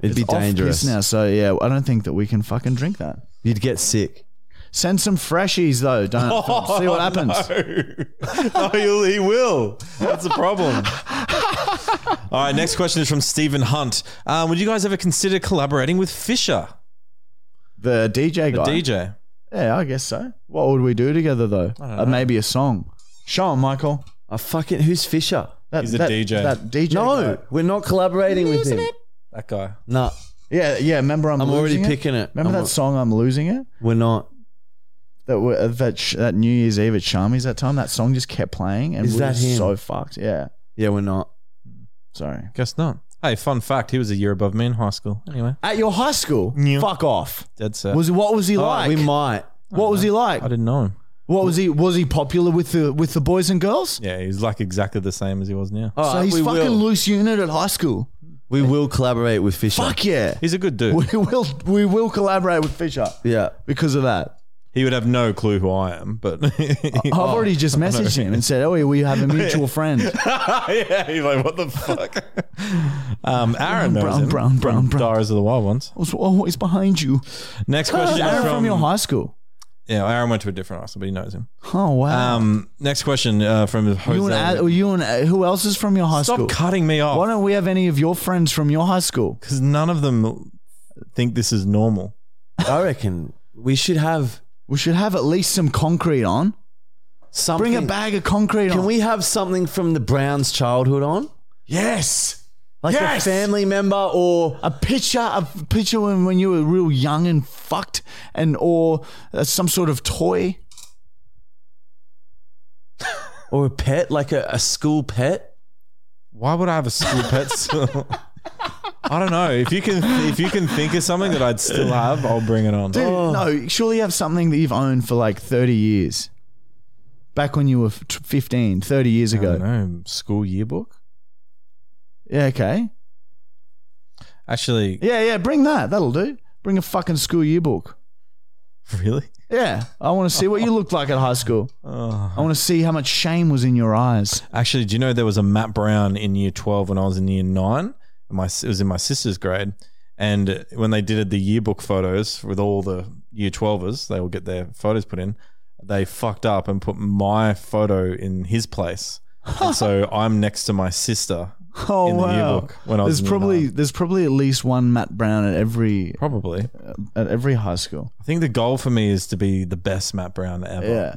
Speaker 2: it'd
Speaker 1: It's
Speaker 2: be
Speaker 1: off piss
Speaker 2: dangerous.
Speaker 1: now, so yeah, I don't think that we can fucking drink that.
Speaker 2: You'd get sick.
Speaker 1: Send some freshies though. Don't [LAUGHS] see what happens.
Speaker 3: Oh, no, [LAUGHS] he'll, he will. That's
Speaker 1: [LAUGHS]
Speaker 3: the problem. All right, next question is from Stephen Hunt. Um, would you guys ever consider collaborating with Fisher,
Speaker 1: The DJ
Speaker 3: the
Speaker 1: guy.
Speaker 3: DJ?
Speaker 1: Yeah, I guess so. What would we do together though? Uh, maybe a song. Show 'em, Michael.
Speaker 2: I fucking who's Fisher?
Speaker 1: That,
Speaker 3: He's a
Speaker 1: that-
Speaker 3: DJ.
Speaker 1: That DJ.
Speaker 2: No,
Speaker 1: guy.
Speaker 2: we're not collaborating with him.
Speaker 3: That guy.
Speaker 2: No,
Speaker 1: Yeah, yeah. Remember, I'm.
Speaker 2: I'm already
Speaker 1: Losing It?
Speaker 2: picking it.
Speaker 1: Remember
Speaker 2: I'm
Speaker 1: that
Speaker 2: not-
Speaker 1: song? I'm losing it.
Speaker 2: We're not.
Speaker 1: That we- uh, that sh- that New Year's Eve at Charmy's that time. That song just kept playing, and
Speaker 2: Is
Speaker 1: we
Speaker 2: that
Speaker 1: were
Speaker 2: him?
Speaker 1: so fucked. Yeah.
Speaker 2: Yeah, we're not.
Speaker 1: Sorry.
Speaker 3: Guess not. Hey, fun fact: he was a year above me in high school. Anyway,
Speaker 1: At your high school.
Speaker 3: Yeah.
Speaker 1: Fuck off.
Speaker 3: dead set.
Speaker 1: Was what was he
Speaker 2: Oh,
Speaker 1: like?
Speaker 2: we might.
Speaker 1: what was he like?
Speaker 3: I didn't know him.
Speaker 1: What was he? Was he popular with the with the boys and girls?
Speaker 3: Yeah, he's like exactly the same as he was now.
Speaker 2: All
Speaker 1: so
Speaker 2: right,
Speaker 1: he's
Speaker 2: we
Speaker 1: fucking
Speaker 2: will.
Speaker 1: loose unit at high school.
Speaker 2: We will collaborate with Fisher.
Speaker 1: Fuck yeah.
Speaker 3: He's a good
Speaker 1: [LAUGHS]
Speaker 3: dude.
Speaker 1: We will we will collaborate with Fisher
Speaker 2: Yeah.
Speaker 1: because of that.
Speaker 3: He would have no clue who I am, but [LAUGHS]
Speaker 1: I've already just messaged him and said, "Oh, yeah, we have a mutual friend."
Speaker 3: yeah, he's like, what
Speaker 1: [LAUGHS]
Speaker 3: the fuck? um, Aaron knows
Speaker 1: Brown,
Speaker 3: him
Speaker 1: brown, brown,
Speaker 3: from
Speaker 1: brown.
Speaker 3: Diaries of the Wild Ones.
Speaker 1: I was always behind you.
Speaker 3: Next question
Speaker 1: [LAUGHS]
Speaker 3: is
Speaker 1: Aaron
Speaker 3: from,
Speaker 1: from your high school.
Speaker 3: Yeah, Aaron went to a different high school, but he knows him.
Speaker 1: Oh wow.
Speaker 3: Um, next question uh, from Jose.
Speaker 1: you and Ad, or you and uh, who else is from your high
Speaker 3: Stop
Speaker 1: school?
Speaker 3: cutting me
Speaker 1: Why
Speaker 3: off
Speaker 1: don't we have any of your friends from your high school?
Speaker 3: because none of them think this is normal.
Speaker 2: I reckon we should have
Speaker 1: We should have at least some concrete on.
Speaker 2: something.
Speaker 1: Bring a bag of concrete
Speaker 2: Can
Speaker 1: on.
Speaker 2: we have something from the Browns' childhood on?
Speaker 1: Yes.
Speaker 2: Like
Speaker 1: Yes!
Speaker 2: a family member or.
Speaker 1: a picture, a picture when, when you were real young and fucked, and or uh, some sort of toy.
Speaker 2: Or a pet, like a, a school pet.
Speaker 3: Why would I have a school
Speaker 1: [LAUGHS]
Speaker 3: pet? still? I don't know. If you can, if you can think of something that I'd still have, I'll bring it on. Oh,
Speaker 1: Dude, no, surely you have something that you've owned for like 30 years. Back when you were f- 15, 30 years
Speaker 3: I don't
Speaker 1: ago.
Speaker 3: know. School yearbook.
Speaker 1: Yeah, okay.
Speaker 3: Actually,
Speaker 1: Yeah, yeah, bring that. That'll do. Bring a fucking school yearbook.
Speaker 3: really?
Speaker 1: Yeah, I want to see what you looked like at high school. I want to see how much shame was in your eyes.
Speaker 3: Actually, do you know there was a Matt Brown in year 12 when I was in year nine? And my, it was in my sister's grade. And when they did the yearbook photos with all the year 12ers, they will get their photos put in. They fucked up and put my photo in his place. and so I'm next to my sister.
Speaker 1: [LAUGHS] Oh
Speaker 3: In the
Speaker 1: wow!
Speaker 3: yearbook when I
Speaker 1: there's
Speaker 3: was in year
Speaker 1: probably
Speaker 3: nine.
Speaker 1: there's probably at least one Matt Brown at every
Speaker 3: Probably.
Speaker 1: at every high school.
Speaker 3: I think the goal for me is to be the best Matt Brown ever.
Speaker 1: Yeah,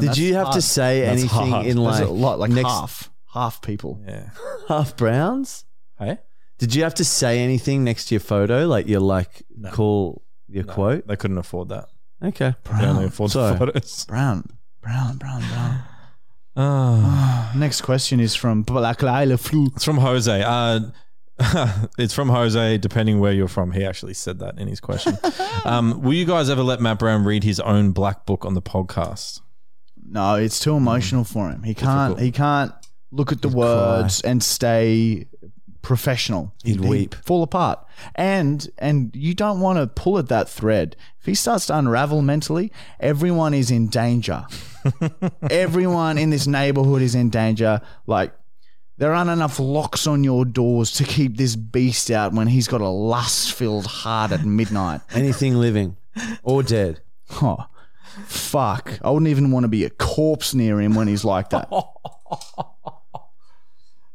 Speaker 2: Did you have to say
Speaker 3: That's
Speaker 2: anything
Speaker 3: hard.
Speaker 2: in
Speaker 1: there's
Speaker 2: like,
Speaker 1: a lot like
Speaker 2: next
Speaker 1: half half people.
Speaker 3: Yeah.
Speaker 2: [LAUGHS] half Browns?
Speaker 3: Hey?
Speaker 2: Did you have to say anything next to your photo? Like you're like cool your quote?
Speaker 3: They couldn't afford that.
Speaker 2: Okay.
Speaker 3: They could only afford the
Speaker 2: Sorry.
Speaker 3: photos.
Speaker 1: Brown, Brown, Brown, [SIGHS] Brown.
Speaker 3: [SIGHS] [LAUGHS] Ah.
Speaker 1: Next question is from Blackla Flu.
Speaker 3: It's from Jose. Uh, [LAUGHS] it's from Jose, depending where you're from. He actually said that in his question. um, will you guys ever let Matt Brown read his own black book on the podcast?
Speaker 1: No, it's too
Speaker 2: Mm.
Speaker 1: emotional for him. He can't. He can't look at the words and stay professional.
Speaker 2: He'd weep.
Speaker 1: fall apart. And and you don't want to pull at that thread. If he starts to unravel mentally, everyone is in
Speaker 2: [LAUGHS]
Speaker 1: danger. everyone in this neighborhood is in danger. Like there aren't enough locks on your doors to keep this beast out when he's got a lust-filled heart at midnight.
Speaker 2: [LAUGHS] Anything
Speaker 3: [LAUGHS]
Speaker 2: living or dead.
Speaker 1: Oh, fuck. I wouldn't even want to be a corpse near him when he's like that.
Speaker 3: All right,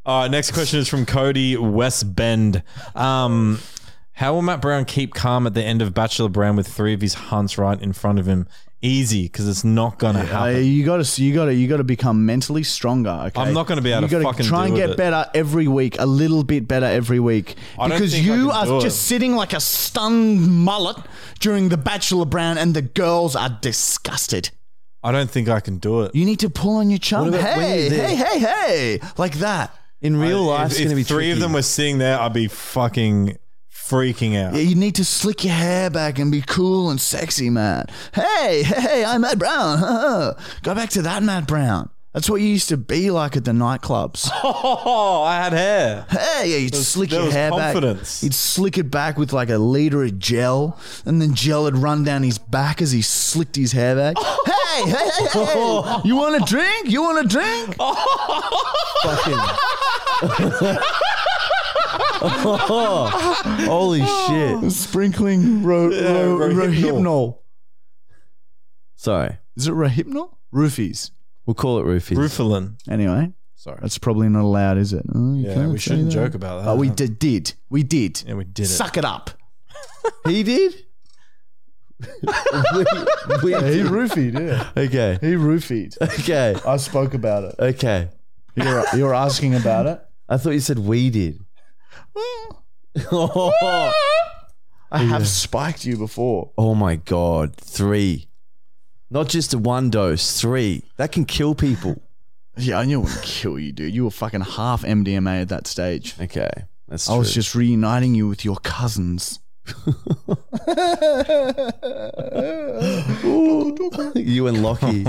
Speaker 3: Uh, next question is from Cody West Bend. Um, how will Matt Brown keep calm at the end of Bachelor Brown with three of his hunts right in front of him? Easy, because it's not going to
Speaker 1: Uh,
Speaker 3: happen.
Speaker 1: you got to you got to you got to become mentally stronger. Okay,
Speaker 3: I'm not gonna be able
Speaker 1: You
Speaker 3: to
Speaker 1: gotta
Speaker 3: fucking
Speaker 1: try and
Speaker 3: deal
Speaker 1: get
Speaker 3: with it.
Speaker 1: better every week, a little bit better every week,
Speaker 3: I don't
Speaker 1: because
Speaker 3: think I
Speaker 1: you
Speaker 3: can
Speaker 1: are
Speaker 3: do
Speaker 1: just
Speaker 3: it.
Speaker 1: sitting like a stunned mullet during the Bachelor Brown, and the girls are disgusted.
Speaker 3: I don't think I can do it.
Speaker 1: You need to pull on your chum.
Speaker 2: What about when
Speaker 1: Hey,
Speaker 2: you did-
Speaker 1: hey, hey, hey, like that.
Speaker 2: In real life,
Speaker 3: Uh, if,
Speaker 2: it's going to be
Speaker 3: if three of
Speaker 2: tricky. [LAUGHS]
Speaker 3: them were sitting there, I'd be fucking freaking out.
Speaker 1: Yeah, you need to slick your hair back and be cool and sexy, man. Hey, hey, hey, I'm Matt Brown. [LAUGHS] Go back to that Matt Brown. That's what you used to be like at the nightclubs.
Speaker 3: [LAUGHS] Oh, I had hair.
Speaker 1: Hey, yeah, you'd
Speaker 3: was-
Speaker 1: slick
Speaker 3: there
Speaker 1: your
Speaker 3: was
Speaker 1: hair
Speaker 3: confidence.
Speaker 1: back. You'd slick it back with like a liter of gel, and then gel would run down his back as he slicked his hair back.
Speaker 3: [LAUGHS]
Speaker 1: hey, hey, hey, hey, you want a drink? You want a drink?
Speaker 3: [LAUGHS] Oh.
Speaker 2: Fucking. Oh,
Speaker 3: [LAUGHS]
Speaker 2: holy shit.
Speaker 1: Sprinkling ro- ro-
Speaker 3: Rohypnol.
Speaker 1: rohypnol.
Speaker 2: Sorry.
Speaker 1: Is it rohypnol? Roofies.
Speaker 2: We'll call it roofies.
Speaker 3: [LAUGHS] Rufalin.
Speaker 1: Anyway,
Speaker 3: Sorry.
Speaker 1: that's probably not allowed, is it? Oh, you
Speaker 3: Yeah,
Speaker 1: can't
Speaker 3: we
Speaker 1: say
Speaker 3: shouldn't
Speaker 1: that.
Speaker 3: joke about that.
Speaker 1: But we did, did. We did.
Speaker 3: Yeah, we did it.
Speaker 1: Suck it up.
Speaker 2: He
Speaker 3: [LAUGHS]
Speaker 2: did? [LAUGHS] we, we did.
Speaker 1: roofied, yeah.
Speaker 2: Okay.
Speaker 1: [LAUGHS] He roofied.
Speaker 2: Okay.
Speaker 1: I spoke about it.
Speaker 2: Okay.
Speaker 1: You're, you're asking about [LAUGHS] it?
Speaker 2: I thought you said we [LAUGHS] did. oh,
Speaker 1: I have spiked you before.
Speaker 2: my God. Three. Not just a one dose, three. That can kill people.
Speaker 1: Yeah, I knew it would kill you, dude. You were fucking half MDMA at that stage.
Speaker 2: Okay. That's
Speaker 1: I
Speaker 2: true.
Speaker 1: was just reuniting you with your
Speaker 2: [LAUGHS]
Speaker 1: cousins.
Speaker 2: [LAUGHS] you and Lockie.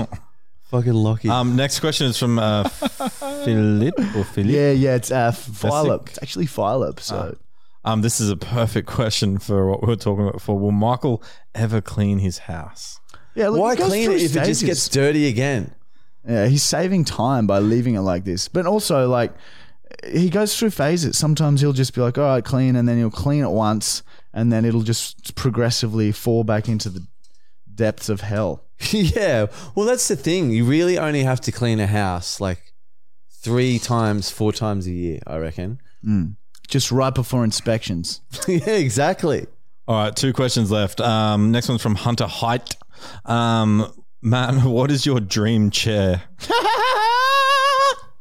Speaker 2: Fucking Lockie.
Speaker 3: Um, next question is from uh, Philip or Philip.
Speaker 1: Yeah, yeah, it's uh, Philip.
Speaker 3: the-
Speaker 1: It's actually Philip. So
Speaker 2: Ah.
Speaker 3: Um, this is a perfect question for what we were talking about before. Will Michael ever clean his house?
Speaker 1: yeah, look,
Speaker 2: Why
Speaker 1: goes
Speaker 2: clean
Speaker 1: through
Speaker 2: it if it just
Speaker 1: stages.
Speaker 2: gets dirty again?
Speaker 1: Yeah, he's saving time by leaving it like this. But also, like, he goes through phases. Sometimes he'll just be like, all right, clean, and then he'll clean it once, and then it'll just progressively fall back into the depths of hell.
Speaker 2: [LAUGHS] yeah. Well, that's the thing. You really only have to clean a house like three times, four times a year, I reckon. [LAUGHS]
Speaker 1: Just right before inspections.
Speaker 2: yeah, exactly.
Speaker 3: All right, two questions left. Um, next one's from Hunter Height. Um, man, [LAUGHS] what is your dream chair?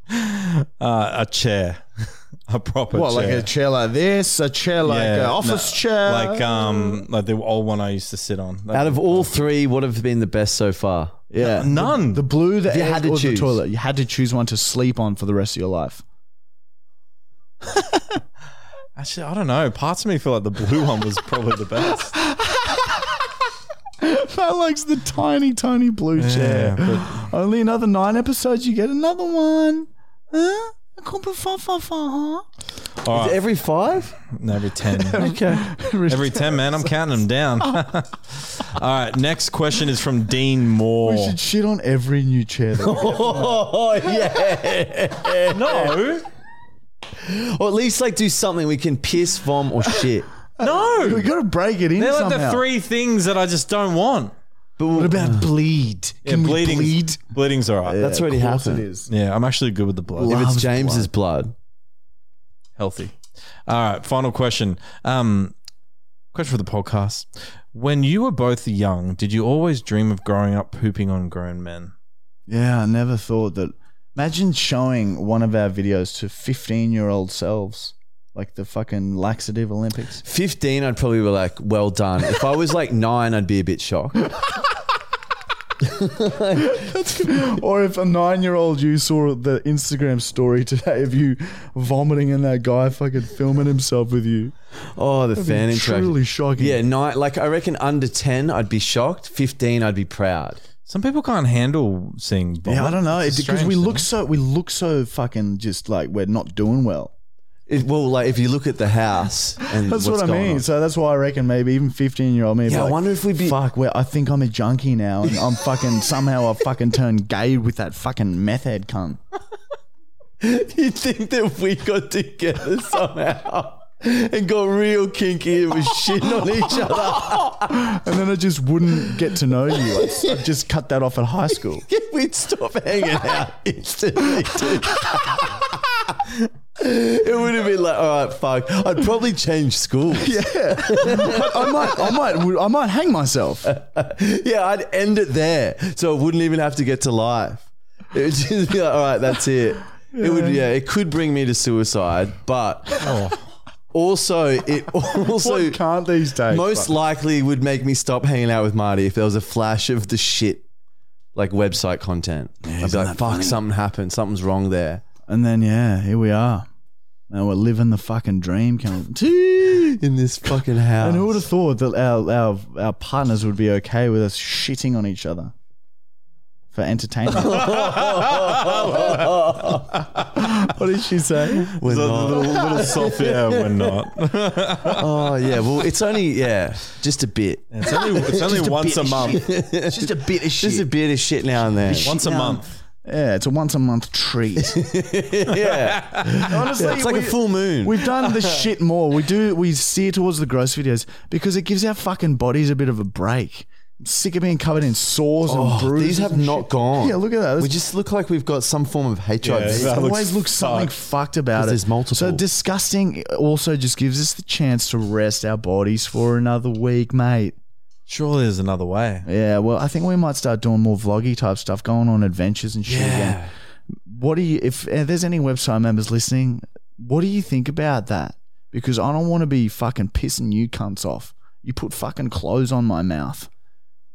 Speaker 3: uh, a chair, [LAUGHS] a proper
Speaker 1: What,
Speaker 3: chair.
Speaker 1: like a chair like this, a chair like an
Speaker 3: Yeah,
Speaker 1: office
Speaker 3: no,
Speaker 1: chair?
Speaker 3: like um, like the old one I used to sit on.
Speaker 2: Out of all three, what have been the best so far?
Speaker 1: yeah.
Speaker 3: none,
Speaker 1: the blue that
Speaker 2: You had to
Speaker 1: or the
Speaker 2: choose.
Speaker 1: toilet. You had to choose one to sleep on for the rest of your life.
Speaker 3: Actually, I don't know. Parts of me feel like the blue one was probably the [LAUGHS] best.
Speaker 1: [LAUGHS] That likes the tiny, tiny blue chair. [GASPS] Only another nine episodes, you get another one. Huh? I can't be far, far, far, huh?
Speaker 3: All right.
Speaker 2: Every five?
Speaker 3: Every 10.
Speaker 1: [LAUGHS]
Speaker 2: Okay.
Speaker 3: Every 10, man. I'm counting them down. [LAUGHS] All right. Next question is from Dean Moore.
Speaker 1: We should shit on every new chair. That we [LAUGHS] get.
Speaker 2: [LAUGHS] Oh yeah.
Speaker 3: No.
Speaker 2: or at least like do something we can piss, vom,
Speaker 1: [LAUGHS]
Speaker 2: or shit.
Speaker 1: we
Speaker 3: No.
Speaker 1: got to break it in
Speaker 3: They're like the
Speaker 1: somehow.
Speaker 3: three things that I just don't want.
Speaker 1: What about bleed?
Speaker 3: Yeah,
Speaker 1: Can we
Speaker 3: bleeding's-
Speaker 1: bleed?
Speaker 3: Bleeding's all right. Yeah.
Speaker 2: That's already
Speaker 1: Of course
Speaker 2: happened.
Speaker 1: It is.
Speaker 3: I'm actually good with the blood.
Speaker 2: If
Speaker 1: Loves
Speaker 2: it's James's blood.
Speaker 3: Healthy. All right. Final question. Um, question for the podcast. When you were both young, did you always dream of growing up pooping on grown men?
Speaker 1: Yeah, I never thought that. Imagine showing one of our videos to 15 year old selves, like the fucking laxative [LAUGHS] Olympics.
Speaker 2: 15, I'd probably be like, well done. If I was like nine, I'd be a bit shocked.
Speaker 1: or if a nine year old you saw the Instagram story today of you vomiting and that guy fucking filming himself with you.
Speaker 2: Oh, the
Speaker 1: be
Speaker 2: fan interaction.
Speaker 1: truly shocking.
Speaker 2: Yeah, nine, like I reckon under 10, I'd be shocked. 15, I'd be proud.
Speaker 3: Some people can't handle seeing.
Speaker 1: Yeah, I
Speaker 3: vomit.
Speaker 1: don't know.
Speaker 3: It's
Speaker 1: It,
Speaker 3: a
Speaker 1: because
Speaker 3: strange
Speaker 1: we
Speaker 3: thing.
Speaker 1: look so we look so fucking just like we're not doing well.
Speaker 2: It, well, like if you look at the house and
Speaker 1: That's
Speaker 2: what's
Speaker 1: what I
Speaker 2: going
Speaker 1: mean.
Speaker 2: [LAUGHS] on.
Speaker 1: So that's why I reckon maybe even fifteen year old me.
Speaker 2: Yeah, I
Speaker 1: like,
Speaker 2: wonder if we'd be-
Speaker 1: fuck. Well, I think I'm a junkie now, and I'm fucking somehow I fucking turned gay with that fucking meth head
Speaker 2: [LAUGHS]
Speaker 1: cunt.
Speaker 2: you think that we got together somehow and got real kinky and was shitting on each other.
Speaker 1: [LAUGHS] And then I just wouldn't get to know you. I I just cut that off at high
Speaker 2: [LAUGHS]
Speaker 1: school.
Speaker 2: We'd stop hanging out [LAUGHS]
Speaker 1: [LAUGHS]
Speaker 2: instantly, dude. It would have been like, all right, fuck. I'd probably change schools. Yeah,
Speaker 1: I might, I might, I might hang myself.
Speaker 2: [LAUGHS] I'd end it there. So I wouldn't even have to get to life. It would just be like, all right, that's it. It would, yeah, it could bring me to suicide, but also, it [LAUGHS] also.
Speaker 1: Oh. what can't these days?
Speaker 2: Most likely would make me stop hanging out with Marty if there was a flash of the shit, like website content. I'd be
Speaker 1: isn't
Speaker 2: like,
Speaker 1: that
Speaker 2: fuck,
Speaker 1: funny?"
Speaker 2: something happened. Something's wrong there.
Speaker 1: and then yeah, here we are. And we're living the fucking dream, cunt.
Speaker 2: In this fucking house.
Speaker 1: And who would have thought that our, our our partners would be okay with us shitting on each other for entertainment? [LAUGHS] what did she say?
Speaker 2: We're
Speaker 3: So
Speaker 2: not.
Speaker 3: the little,
Speaker 2: [LAUGHS]
Speaker 3: little soft, [LAUGHS] yeah,
Speaker 1: [LAUGHS]
Speaker 3: we're not.
Speaker 2: Oh, yeah. Well, it's only, yeah, just a bit.
Speaker 3: It's only, it's only once a month.
Speaker 1: It's just a bit of
Speaker 2: Just a bit of shit now and then.
Speaker 3: Once a month.
Speaker 1: Yeah, it's a once a month treat.
Speaker 2: [LAUGHS] yeah.
Speaker 1: [LAUGHS] Honestly,
Speaker 2: It's like a full moon.
Speaker 1: We've done the shit more. We do we steer towards the gross videos because it gives our fucking bodies a bit of a break. I'm sick of being covered in sores and
Speaker 2: Oh,
Speaker 1: bruises.
Speaker 2: these have
Speaker 1: and
Speaker 2: not
Speaker 1: shit.
Speaker 2: gone.
Speaker 1: Yeah, look at that.
Speaker 2: We
Speaker 1: That's-
Speaker 2: just look like we've got some form of HIV.
Speaker 3: Yeah.
Speaker 1: It
Speaker 3: That looks
Speaker 1: always looks something fucked about
Speaker 2: 'Cause
Speaker 1: it.
Speaker 2: there's multiple.
Speaker 1: So disgusting also just gives us the chance to rest our bodies for another week, mate.
Speaker 3: Surely there's another way.
Speaker 1: Yeah, well, I think we might start doing more vloggy type stuff, going on adventures and shit again. What do you? If uh, there's any website members listening, what do you think about that? Because I don't want to be fucking pissing you cunts off. You put fucking clothes on my mouth.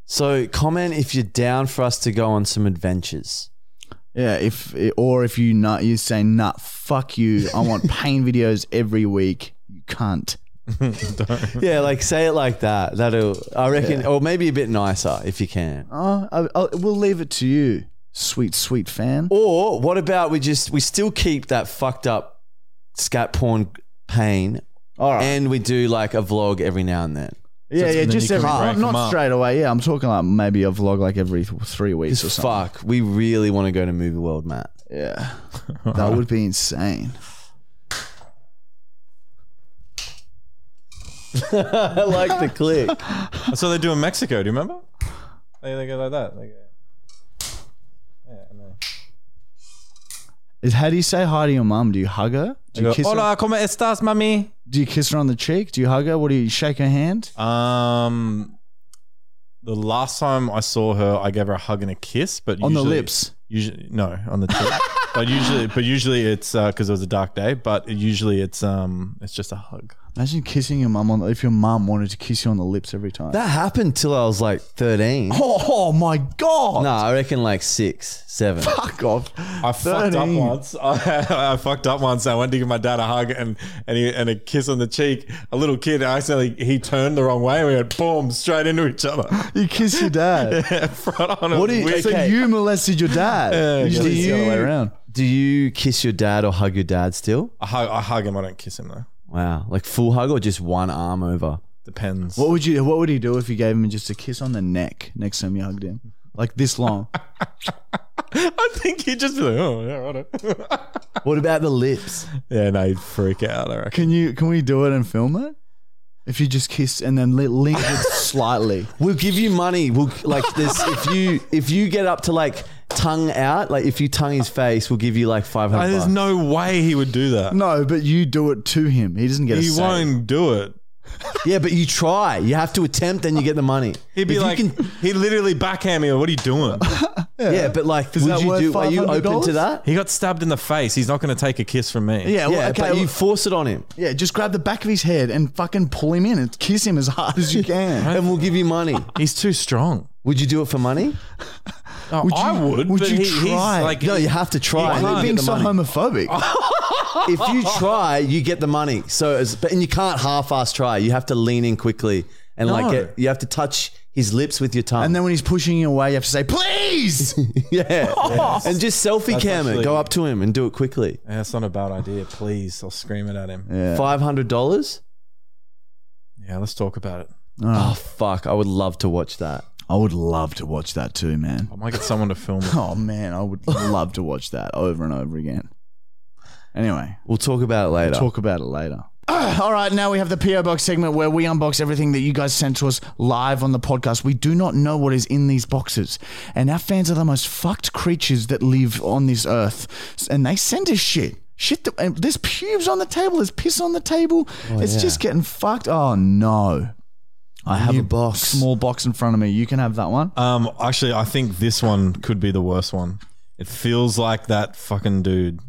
Speaker 2: So comment if you're down for us to go on some adventures.
Speaker 1: Yeah, if or if you nut, you say nut. Fuck you. I want pain videos every week. You cunt.
Speaker 2: Yeah, like say it like that. That'll, I reckon, or maybe a bit nicer if you can.
Speaker 1: Oh, I, I, we'll leave it to you, sweet, sweet fan.
Speaker 2: Or what about we just we still keep that fucked up scat porn pain,
Speaker 1: All right.
Speaker 2: and we do like a vlog every now and then.
Speaker 1: yeah,
Speaker 3: and
Speaker 1: yeah,
Speaker 3: then
Speaker 1: just
Speaker 3: you can
Speaker 1: every,
Speaker 3: break
Speaker 1: not,
Speaker 3: 'em
Speaker 1: not
Speaker 3: up.
Speaker 1: straight away. Yeah, I'm talking like maybe a vlog like every th- three weeks or
Speaker 2: Because
Speaker 1: something.
Speaker 2: fuck, we really want to go to Movie
Speaker 1: [LAUGHS]
Speaker 2: World, Matt.
Speaker 1: Yeah. That would be insane.
Speaker 2: I like the click.
Speaker 3: That's what they do in Mexico. Do you remember? They, they go like that. They go,
Speaker 1: Is how do you say hi to your mum? Do you hug her? Do
Speaker 3: they
Speaker 1: you
Speaker 3: go,
Speaker 1: kiss her?
Speaker 3: Hola, ¿cómo estás, mami?
Speaker 1: Do you kiss her on the cheek? Do you hug her? What do you shake her hand?
Speaker 3: Um, the last time I saw her, I gave her a hug and a kiss, but
Speaker 1: On the
Speaker 3: usually-
Speaker 1: lips?
Speaker 3: Usually, no, on
Speaker 1: [LAUGHS]
Speaker 3: the cheek. but usually, but usually it's because it was a dark day. But usually it's um, it's just a hug.
Speaker 1: Imagine kissing your mum on the, if your mum wanted to kiss you on the lips every time.
Speaker 2: That happened till I was like thirteen.
Speaker 1: oh, oh my god.
Speaker 2: No, I reckon like six, seven.
Speaker 1: Fuck off.
Speaker 3: I fucked up
Speaker 1: 13.
Speaker 3: once. [LAUGHS] I, fucked up once. I went to give my dad a hug and and, he, and a kiss on the cheek. A little kid accidentally he turned the wrong way. and We went boom straight into each other. [LAUGHS]
Speaker 1: You kiss your dad.
Speaker 3: Front on
Speaker 2: What
Speaker 3: what
Speaker 2: do you-
Speaker 3: weird.
Speaker 1: So
Speaker 2: Okay.
Speaker 1: you molested your dad. Usually
Speaker 2: Do
Speaker 1: it's the other
Speaker 2: you-
Speaker 1: way around.
Speaker 2: Do you kiss your dad or hug your dad still?
Speaker 3: I hug, I hug him. I don't kiss him though.
Speaker 2: Wow. Like full hug or just one arm over?
Speaker 3: Depends.
Speaker 1: What would you? What would he do if you gave him just a kiss on the neck next time you hugged him, like this
Speaker 2: [LAUGHS]
Speaker 1: long?
Speaker 3: [LAUGHS] I think he'd just be like, oh yeah, [LAUGHS] right.
Speaker 2: What about the lips?
Speaker 3: yeah, no, he'd freak out. I reckon.
Speaker 1: Can you? Can we do it and film it? If you just kissed and then li- linked it
Speaker 2: [LAUGHS]
Speaker 1: slightly,
Speaker 2: We'll give you money. We'll like this if you if you get up to like tongue out, like if you tongue his face, we'll give you like five
Speaker 3: Uh,
Speaker 2: hundred.
Speaker 3: there's no way he would do that.
Speaker 1: no, but you do it to him. He doesn't get.
Speaker 3: he
Speaker 1: a say.
Speaker 3: won't do it.
Speaker 2: Yeah, but you try. You have to attempt, then you get the money.
Speaker 3: He'd be
Speaker 2: If you
Speaker 3: like,
Speaker 2: can-
Speaker 3: he'd literally backhand me. What are you doing?
Speaker 2: yeah. but like, would
Speaker 1: that
Speaker 2: you
Speaker 1: worth
Speaker 2: do? Are you open to
Speaker 1: $500?
Speaker 2: that?
Speaker 3: he got stabbed in the face. He's not going to take a kiss from me.
Speaker 1: Yeah, well,
Speaker 2: Yeah,
Speaker 1: okay.
Speaker 2: but you
Speaker 1: well-
Speaker 2: force it on him,
Speaker 1: yeah, just grab the back of his head and fucking pull him in and kiss him as hard as
Speaker 2: [LAUGHS]
Speaker 1: you can.
Speaker 2: and we'll give you money.
Speaker 3: he's too strong.
Speaker 2: Would you do it for money?
Speaker 3: Oh,
Speaker 1: Would you-
Speaker 3: I would.
Speaker 1: would
Speaker 3: but
Speaker 1: you
Speaker 3: he- he's
Speaker 1: try?
Speaker 3: like,
Speaker 2: No, you have to
Speaker 1: Why
Speaker 2: try.
Speaker 1: are
Speaker 2: and
Speaker 1: they
Speaker 2: you
Speaker 1: being
Speaker 2: get the
Speaker 1: so
Speaker 2: money. Oh.
Speaker 1: homophobic?
Speaker 2: if you try, you get the money. So, it's, but and you can't half-ass try. You have to lean in quickly and like
Speaker 3: No.
Speaker 2: get, you have to touch his lips with your tongue.
Speaker 1: And then when he's pushing you away, you have to say,
Speaker 2: [LAUGHS]
Speaker 1: "Please."
Speaker 2: yeah, and just selfie
Speaker 3: That's
Speaker 2: cam it.
Speaker 3: actually-
Speaker 2: Go up to him and do it quickly.
Speaker 3: Yeah, that's not a bad idea. Please, I'll scream it at him. Yeah,
Speaker 1: yeah.
Speaker 2: Five hundred dollars.
Speaker 3: let's talk about it.
Speaker 2: Oh fuck! I would love to watch that.
Speaker 1: I would love to watch that too, man.
Speaker 3: I might get someone to film it. [LAUGHS]
Speaker 1: Oh man, I would love to watch that over and over again. Anyway,
Speaker 2: We'll talk about it later.
Speaker 1: we'll talk about it later. Ah, All right, now we have the PO box segment where we unbox everything that you guys sent to us live on the podcast. We do not know what is in these boxes, and our fans are the most fucked creatures that live on this earth, and they send us shit. Shit, that, and there's pubes on the table, there's piss on the table. it's just getting fucked. Oh no. I have
Speaker 2: New
Speaker 1: a
Speaker 2: box.
Speaker 1: small box in front of me. You can have that one.
Speaker 3: Um, actually, I think this one could be the worst one. It feels like that fucking dude.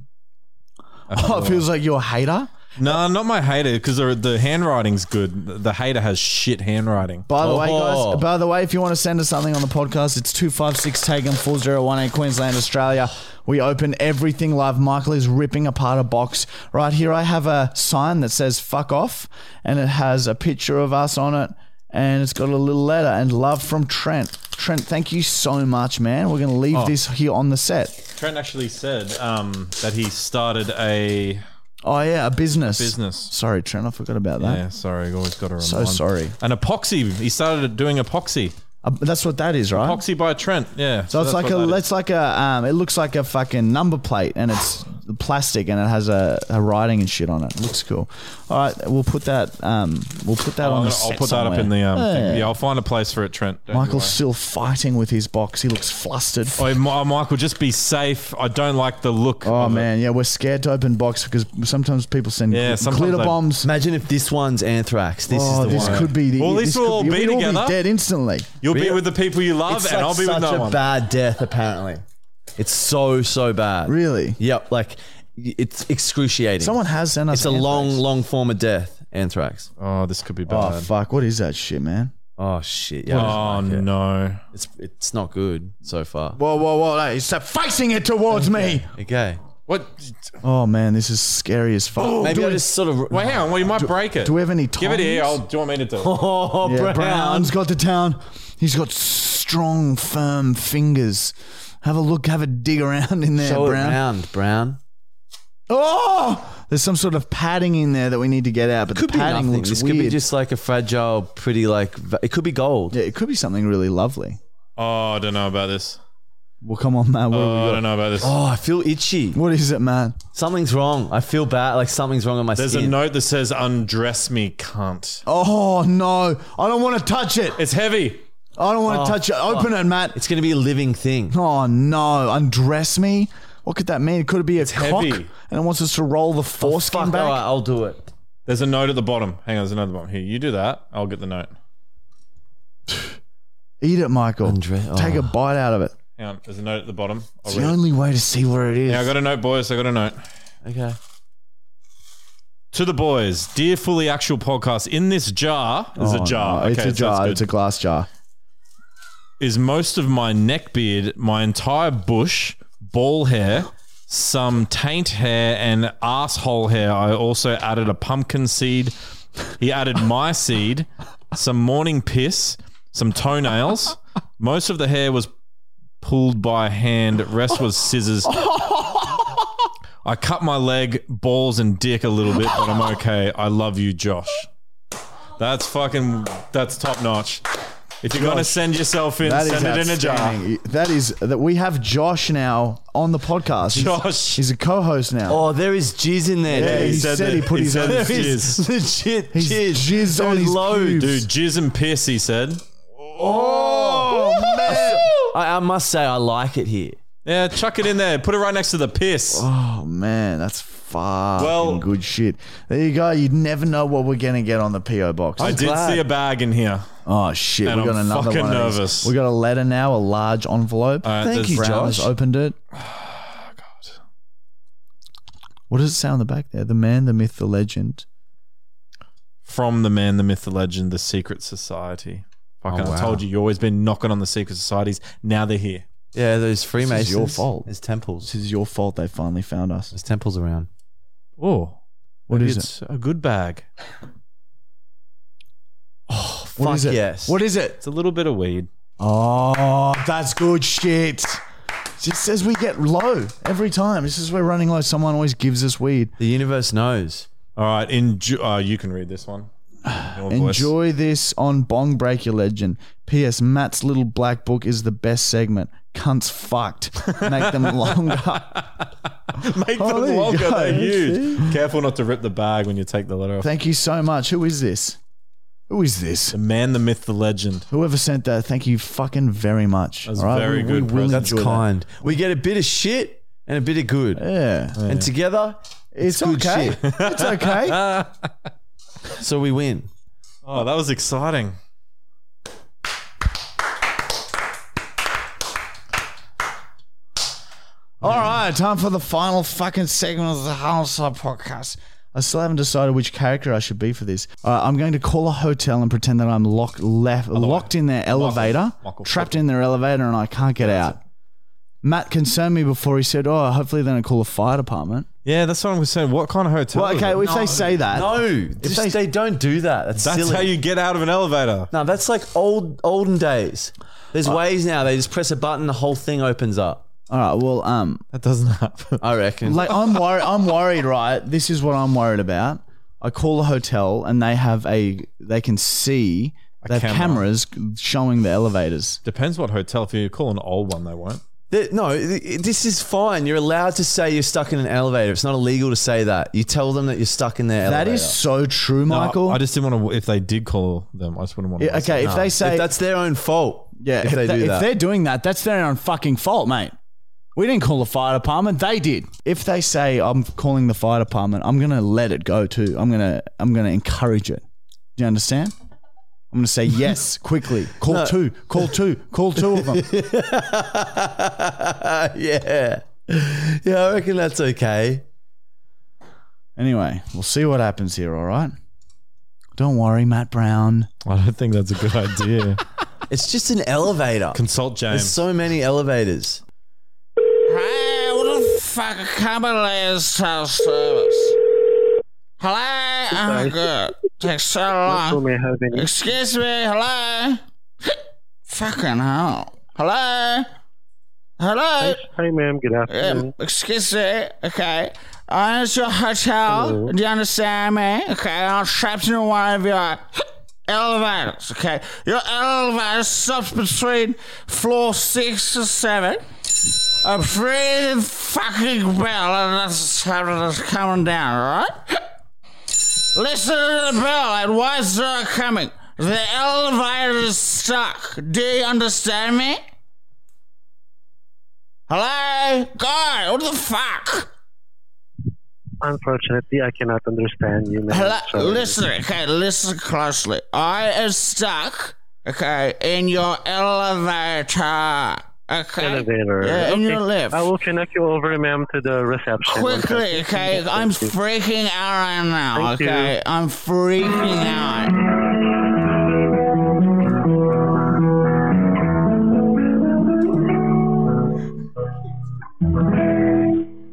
Speaker 1: Oh, [LAUGHS] it feels like you're a hater.
Speaker 3: No, not my hater, because the, the handwriting's good. The- The hater has shit handwriting.
Speaker 1: By the way,
Speaker 2: Oh.
Speaker 1: guys, by the way, if you want to send us something on the podcast, it's 256 Taken 4018 Queensland, Australia. We open everything live. Michael is ripping apart a box. Right here, I have a sign that says fuck off, and it has a picture of us on it, and it's got a little letter and love from Trent. Trent, thank you so much, man. We're going to leave this here on the set.
Speaker 3: Trent actually said um, that he started a
Speaker 1: Oh, yeah, a business.
Speaker 3: business.
Speaker 1: Sorry, Trent, I forgot about that.
Speaker 3: Yeah, sorry, I always got to remind.
Speaker 1: So sorry.
Speaker 3: An epoxy. He started doing epoxy.
Speaker 1: Uh, that's what that is, right?
Speaker 3: Epoxy by Trent. Yeah.
Speaker 1: So, it's like a
Speaker 3: let's.
Speaker 1: it's like a um, it looks like a fucking number plate and it's plastic and it has a, a writing and shit on it. looks cool. All right, we'll put that um, we'll put that
Speaker 3: I'm
Speaker 1: on
Speaker 3: gonna-
Speaker 1: the
Speaker 3: I'll
Speaker 1: set
Speaker 3: put that up in the
Speaker 1: somewhere.
Speaker 3: um, yeah.
Speaker 1: Yeah.
Speaker 3: Thing. yeah. I'll find a place for it, Trent. Don't you
Speaker 1: Michael's
Speaker 3: worry.
Speaker 1: still fighting with his box. He looks flustered.
Speaker 3: Oh, Mi- Michael, just be safe. I don't like the look.
Speaker 1: Oh
Speaker 3: of it.
Speaker 1: man, yeah, we're scared to open box because sometimes people send
Speaker 3: Yeah,
Speaker 1: cl-
Speaker 3: sometimes
Speaker 1: glitter
Speaker 3: I-
Speaker 1: bombs.
Speaker 2: Imagine if this one's anthrax. This
Speaker 1: Oh,
Speaker 2: is the
Speaker 1: this
Speaker 2: one.
Speaker 1: could be the.
Speaker 3: Well, at least
Speaker 1: this
Speaker 3: we'll
Speaker 1: could
Speaker 3: all be
Speaker 1: we'd
Speaker 3: together.
Speaker 1: dead instantly.
Speaker 3: You'll be with the people you love,
Speaker 2: It's
Speaker 3: and
Speaker 2: like
Speaker 3: I'll be
Speaker 2: such
Speaker 3: with no
Speaker 2: a
Speaker 3: one.
Speaker 2: bad death. Apparently, it's so so bad.
Speaker 1: Really?
Speaker 2: Yep. Like y- it's excruciating.
Speaker 1: Someone has sent us.
Speaker 2: It's a
Speaker 1: anthrax.
Speaker 2: long long form of death. Anthrax.
Speaker 3: oh, this could be
Speaker 1: Oh
Speaker 3: bad.
Speaker 1: fuck! What is that shit, man?
Speaker 2: Oh shit. Yeah.
Speaker 3: Oh, no.
Speaker 2: It's it's not good so far.
Speaker 1: Whoa, whoa, whoa! Hey, stop facing it towards me.
Speaker 2: Okay.
Speaker 3: What?
Speaker 1: Oh man, this is scary as fuck.
Speaker 2: Maybe
Speaker 1: Oh, do,
Speaker 2: I
Speaker 1: we,
Speaker 2: just sort of.
Speaker 3: Wait, hang on. Well, you might break it.
Speaker 1: do we have any? Tongs?
Speaker 3: Give it here. I'll, do you want me to do it?
Speaker 2: [LAUGHS] Oh,
Speaker 1: Yeah,
Speaker 2: Brown.
Speaker 1: Brown's got the town. He's got strong, firm fingers. Have a look. Have a dig around in there,
Speaker 2: Show
Speaker 1: Brown.
Speaker 2: it round, Brown.
Speaker 1: Oh, there's some sort of padding in there that we need to get out. But
Speaker 2: Could
Speaker 1: the
Speaker 2: be
Speaker 1: padding
Speaker 2: nothing.
Speaker 1: looks
Speaker 2: This
Speaker 1: weird.
Speaker 2: could be just like a fragile, pretty like. va- It could be gold.
Speaker 1: yeah, it could be something really lovely.
Speaker 3: Oh, I don't know about this.
Speaker 1: Well, come on, man. What, have we
Speaker 3: Oh, I
Speaker 1: got?
Speaker 3: don't know about this.
Speaker 2: Oh, I feel itchy.
Speaker 1: what is it, man?
Speaker 2: Something's wrong. I feel bad. Like something's wrong on my
Speaker 3: There's a
Speaker 2: skin.
Speaker 3: note that says "Undress me, cunt."
Speaker 1: Oh no, I don't want to touch it.
Speaker 3: It's heavy.
Speaker 1: I don't
Speaker 2: Oh,
Speaker 1: want to touch it. Open it, Matt.
Speaker 2: It's gonna be a living thing.
Speaker 1: Oh no, undress me. What could that mean? Could it be a cock?
Speaker 3: heavy.
Speaker 1: And it wants us to roll the foreskin
Speaker 2: Oh, Fuck,
Speaker 1: back.
Speaker 2: all right, I'll do it.
Speaker 3: There's a note at the bottom. Hang on, there's another one here. You do that. I'll get the note.
Speaker 1: Eat it, Michael.
Speaker 2: Undre- oh.
Speaker 1: Take a bite out of it.
Speaker 3: Hang on. There's a note at the bottom. I'll
Speaker 1: It's
Speaker 3: read
Speaker 1: the
Speaker 3: it.
Speaker 1: only way to see what it is.
Speaker 3: Yeah, I got a note, boys. I got a note.
Speaker 2: Okay.
Speaker 3: To the boys, dear Fully Actual podcast, in this jar is
Speaker 1: Oh,
Speaker 3: a jar.
Speaker 1: no,
Speaker 3: okay,
Speaker 1: it's a
Speaker 3: so that's
Speaker 1: jar.
Speaker 3: good.
Speaker 1: It's a glass jar.
Speaker 3: is most of my neck beard, my entire bush, ball hair, some taint hair, and asshole hair. I also added a pumpkin seed. He added my seed, some morning piss, some toenails.
Speaker 1: [LAUGHS]
Speaker 3: Most of the hair was pulled by hand. Rest was scissors. I cut my leg, balls, and dick a little bit,
Speaker 1: [LAUGHS]
Speaker 3: but I'm okay. I love you, Josh. That's fucking. That's top notch. If you're gonna send yourself in,
Speaker 1: That is
Speaker 3: send it in a jar.
Speaker 1: outstanding. That is that we have Josh now on the podcast. He's-
Speaker 3: Josh.
Speaker 1: he's, a co-host now.
Speaker 2: Oh, there is jizz in there.
Speaker 1: Yeah,
Speaker 2: dude.
Speaker 1: he said that- he said
Speaker 2: there
Speaker 3: there's
Speaker 2: is
Speaker 3: jizz.
Speaker 2: [LAUGHS] legit
Speaker 1: He's
Speaker 2: jizz.
Speaker 1: jizzed
Speaker 2: There
Speaker 1: on
Speaker 2: is
Speaker 1: his
Speaker 2: loads.
Speaker 1: pubes.
Speaker 3: Dude, jizz and piss. He said.
Speaker 1: Oh, man.
Speaker 2: I, I must say, I like it here.
Speaker 3: Yeah, chuck it in there. Put it right next to the piss.
Speaker 1: Oh, man, that's fucking
Speaker 3: Well-
Speaker 1: good shit. There you go. You never know what we're gonna get on the PO box.
Speaker 3: I did
Speaker 2: glad.
Speaker 3: see a bag in here.
Speaker 1: oh shit,
Speaker 3: And
Speaker 1: we got
Speaker 3: I'm
Speaker 1: another
Speaker 3: fucking
Speaker 1: one. of these.
Speaker 3: nervous.
Speaker 1: We got a letter now, a large envelope.
Speaker 3: All right,
Speaker 1: Thank
Speaker 3: there's- Oh,
Speaker 1: you, Brown
Speaker 2: Josh.
Speaker 1: has Opened
Speaker 3: [SIGHS]
Speaker 1: it. What does it say on the back there? The man, the myth, the legend.
Speaker 3: From the man, the myth, the legend, the secret society. Fucking,
Speaker 2: Oh,
Speaker 3: I
Speaker 2: wow.
Speaker 3: told you, you've always been knocking on the secret societies. Now they're here.
Speaker 2: Yeah, those Freemasons.
Speaker 1: your fault.
Speaker 2: There's temples.
Speaker 1: This is your fault. They finally found us.
Speaker 2: There's temples around.
Speaker 3: Oh,
Speaker 1: What is it?
Speaker 3: it's a good bag.
Speaker 1: What
Speaker 2: Fuck
Speaker 1: is it?
Speaker 2: yes.
Speaker 1: What is it?
Speaker 3: It's a little bit of weed.
Speaker 1: Oh, that's good shit. Just says we get low every time. This is we're running low. Someone always gives us weed.
Speaker 2: The universe knows.
Speaker 3: All right, enjoy. Uh, you can read this [SIGHS] one. Your voice. [LAUGHS]
Speaker 1: Enjoy this on Bong Break Your Legend. P.S. Matt's little black book is the best segment. Cunts fucked. Make them [LAUGHS] longer.
Speaker 3: Make them
Speaker 1: Holy
Speaker 3: longer.
Speaker 1: God,
Speaker 3: They're
Speaker 1: you
Speaker 3: huge. Careful not to rip the bag when you take the letter off.
Speaker 1: Thank you so much. Who is this? Who is this?
Speaker 3: the man, the myth, the legend.
Speaker 1: Whoever sent that, thank you fucking very much.
Speaker 3: That's
Speaker 1: All right,
Speaker 3: very
Speaker 1: we-
Speaker 3: good
Speaker 1: we will
Speaker 3: present.
Speaker 2: That's
Speaker 1: enjoy that.
Speaker 2: kind. We get a bit of shit and a bit of good.
Speaker 1: Yeah.
Speaker 2: And together,
Speaker 1: It's,
Speaker 2: good
Speaker 1: okay. [LAUGHS] it's
Speaker 3: [LAUGHS]
Speaker 1: okay.
Speaker 2: so we win.
Speaker 3: Oh, that was exciting.
Speaker 1: All right, time for the final fucking segment of the Homicide Podcast. I still haven't decided which character I should be for this. Uh, I'm going to call a hotel and pretend that I'm locked left, locked in their elevator,
Speaker 3: Michael.
Speaker 1: trapped in their elevator, and I can't get out. Matt concerned me before he said, "Oh, hopefully they don't call the fire department."
Speaker 3: Yeah, that's what I'm saying. What kind of hotel?
Speaker 1: Well,
Speaker 3: is
Speaker 1: okay,
Speaker 3: [LAUGHS] it?
Speaker 1: if they say that,
Speaker 2: No,
Speaker 1: if
Speaker 2: just-
Speaker 1: they-
Speaker 2: they, don't do that. That's,
Speaker 3: that's
Speaker 2: silly.
Speaker 3: how you get out of an elevator.
Speaker 2: no, that's like old olden days. There's ways now. They just press a button, the whole thing opens up.
Speaker 1: All right, well, um,
Speaker 3: That doesn't happen. [LAUGHS] Uh,
Speaker 2: I reckon.
Speaker 1: like I'm worried. I'm worried, right? This is what I'm worried about. I call the hotel and they have a. They can see. They have
Speaker 3: camera.
Speaker 1: cameras showing the elevators.
Speaker 3: Depends what hotel. If you call an old one, they won't.
Speaker 2: Th- no, th- this is fine. You're allowed to say you're stuck in an elevator. It's not illegal to say that. You tell them that you're stuck in their
Speaker 1: That
Speaker 2: elevator.
Speaker 1: is so true, Michael.
Speaker 3: I just didn't want to. If they did call them, I just wouldn't want to.
Speaker 1: Yeah, okay, if they say
Speaker 2: that's their own fault.
Speaker 1: yeah,
Speaker 2: if they do that.
Speaker 1: are doing that, that's their own fucking fault, mate. We didn't call the fire department; they did. If they say I'm calling the fire department, I'm gonna let it go too. I'm gonna I'm gonna encourage it. Do you understand? I'm gonna say [LAUGHS] yes quickly. Call two. Call two. Call two [LAUGHS] of them.
Speaker 2: [LAUGHS] yeah. Yeah, I reckon that's okay.
Speaker 1: anyway, we'll see what happens here. All right. Don't worry, Matt Brown.
Speaker 3: I don't think that's a good [LAUGHS] idea.
Speaker 2: It's just an elevator.
Speaker 3: Consult
Speaker 2: There's
Speaker 3: James.
Speaker 2: so many elevators.
Speaker 5: Hey, what the fuck? I can't believe it's so service. Hello? Oh, good. Takes so long. Excuse me, hello? [GASPS] Fucking hell. Hello? Hello?
Speaker 6: Hey, ma'am. Good
Speaker 5: Um,
Speaker 6: afternoon.
Speaker 5: excuse me, okay. I'm at your hotel. Do you understand me? Okay, I'm trapped in one of your elevators, okay? Your elevator stops between floor six and seven. I'm freaking fucking bell, and that's that's coming down, alright? Listen to the bell, and why is it coming? The elevator is stuck. Do you understand me? Hello? Guy, what the fuck?
Speaker 6: Unfortunately, I cannot understand you, ma'am.
Speaker 5: Hello,
Speaker 6: Sorry.
Speaker 5: listen, okay, listen closely. I am stuck, okay, in your elevator. Okay.
Speaker 6: Elevator.
Speaker 5: Yeah, in your
Speaker 6: Okay.
Speaker 5: lift.
Speaker 6: I will connect you over, ma'am, to the reception.
Speaker 5: Quickly, okay? I'm
Speaker 6: free.
Speaker 5: freaking out right now,
Speaker 6: Thank
Speaker 5: okay?
Speaker 6: you.
Speaker 5: I'm freaking out.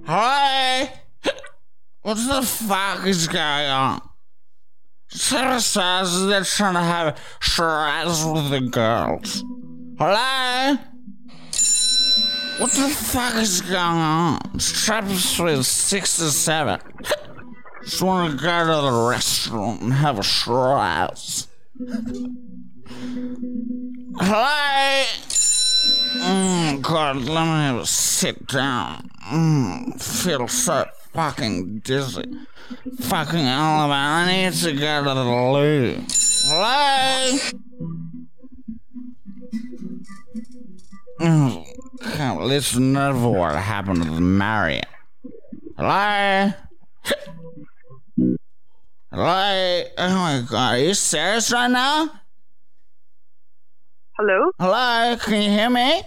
Speaker 5: Hello? What the fuck is going on? Sarah says they're trying to have charades with the girls. Hello?
Speaker 1: What the fuck is going on? Strap between six and seven. Just want to go to the restaurant and have a shrouse. Hello? Oh, God, let me have a sit down. Mm, feel so fucking dizzy. Fucking Oliver, I need to go to the loo. Hello? Oh, can't listen to what happened to the Marriott. Hello? Hello? Oh my god, are you serious right now?
Speaker 4: Hello?
Speaker 1: Hello, can you hear me?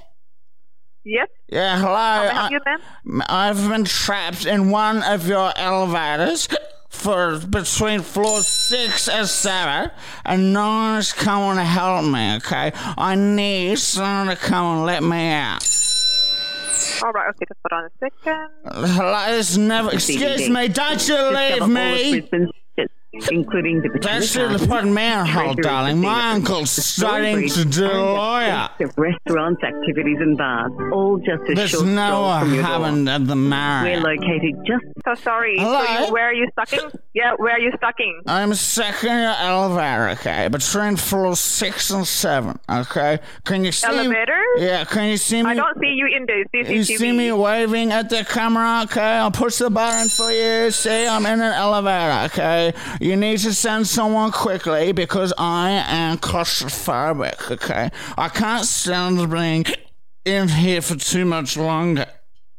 Speaker 4: Yes?
Speaker 1: Yeah, hello.
Speaker 2: Uh,
Speaker 4: Thank you, ma'am.
Speaker 1: I, have been trapped in one of your elevators for between floor six and seven, and no one's coming to help me, okay? I need someone to come and let me out.
Speaker 4: All right, okay, just hold on a second.
Speaker 1: Hello, it's never. Excuse me, don't you leave me!
Speaker 7: including the
Speaker 1: Don't you put me on hold, darling. My uncle's starting to do lawyer.
Speaker 7: The restaurants, activities, and bars, all just a
Speaker 1: There's
Speaker 7: short
Speaker 1: no
Speaker 7: stroll
Speaker 1: one
Speaker 7: from your
Speaker 1: having
Speaker 7: door.
Speaker 1: at the
Speaker 7: We're
Speaker 1: Marriott.
Speaker 7: located just
Speaker 4: So sorry.
Speaker 1: Hello?
Speaker 4: So you, where are you stucking? Yeah, where are you stucking?
Speaker 1: I'm second your elevator, okay? Between floor six and seven, okay? Can you see
Speaker 4: Elevator?
Speaker 1: Yeah, can you see me?
Speaker 4: I don't see you in the CCTV.
Speaker 1: you see me waving at the camera, okay? I'll push the button for you. See, I'm in an elevator, okay? You need to send someone quickly because I am claustrophobic, okay? I can't stand being in here for too much longer.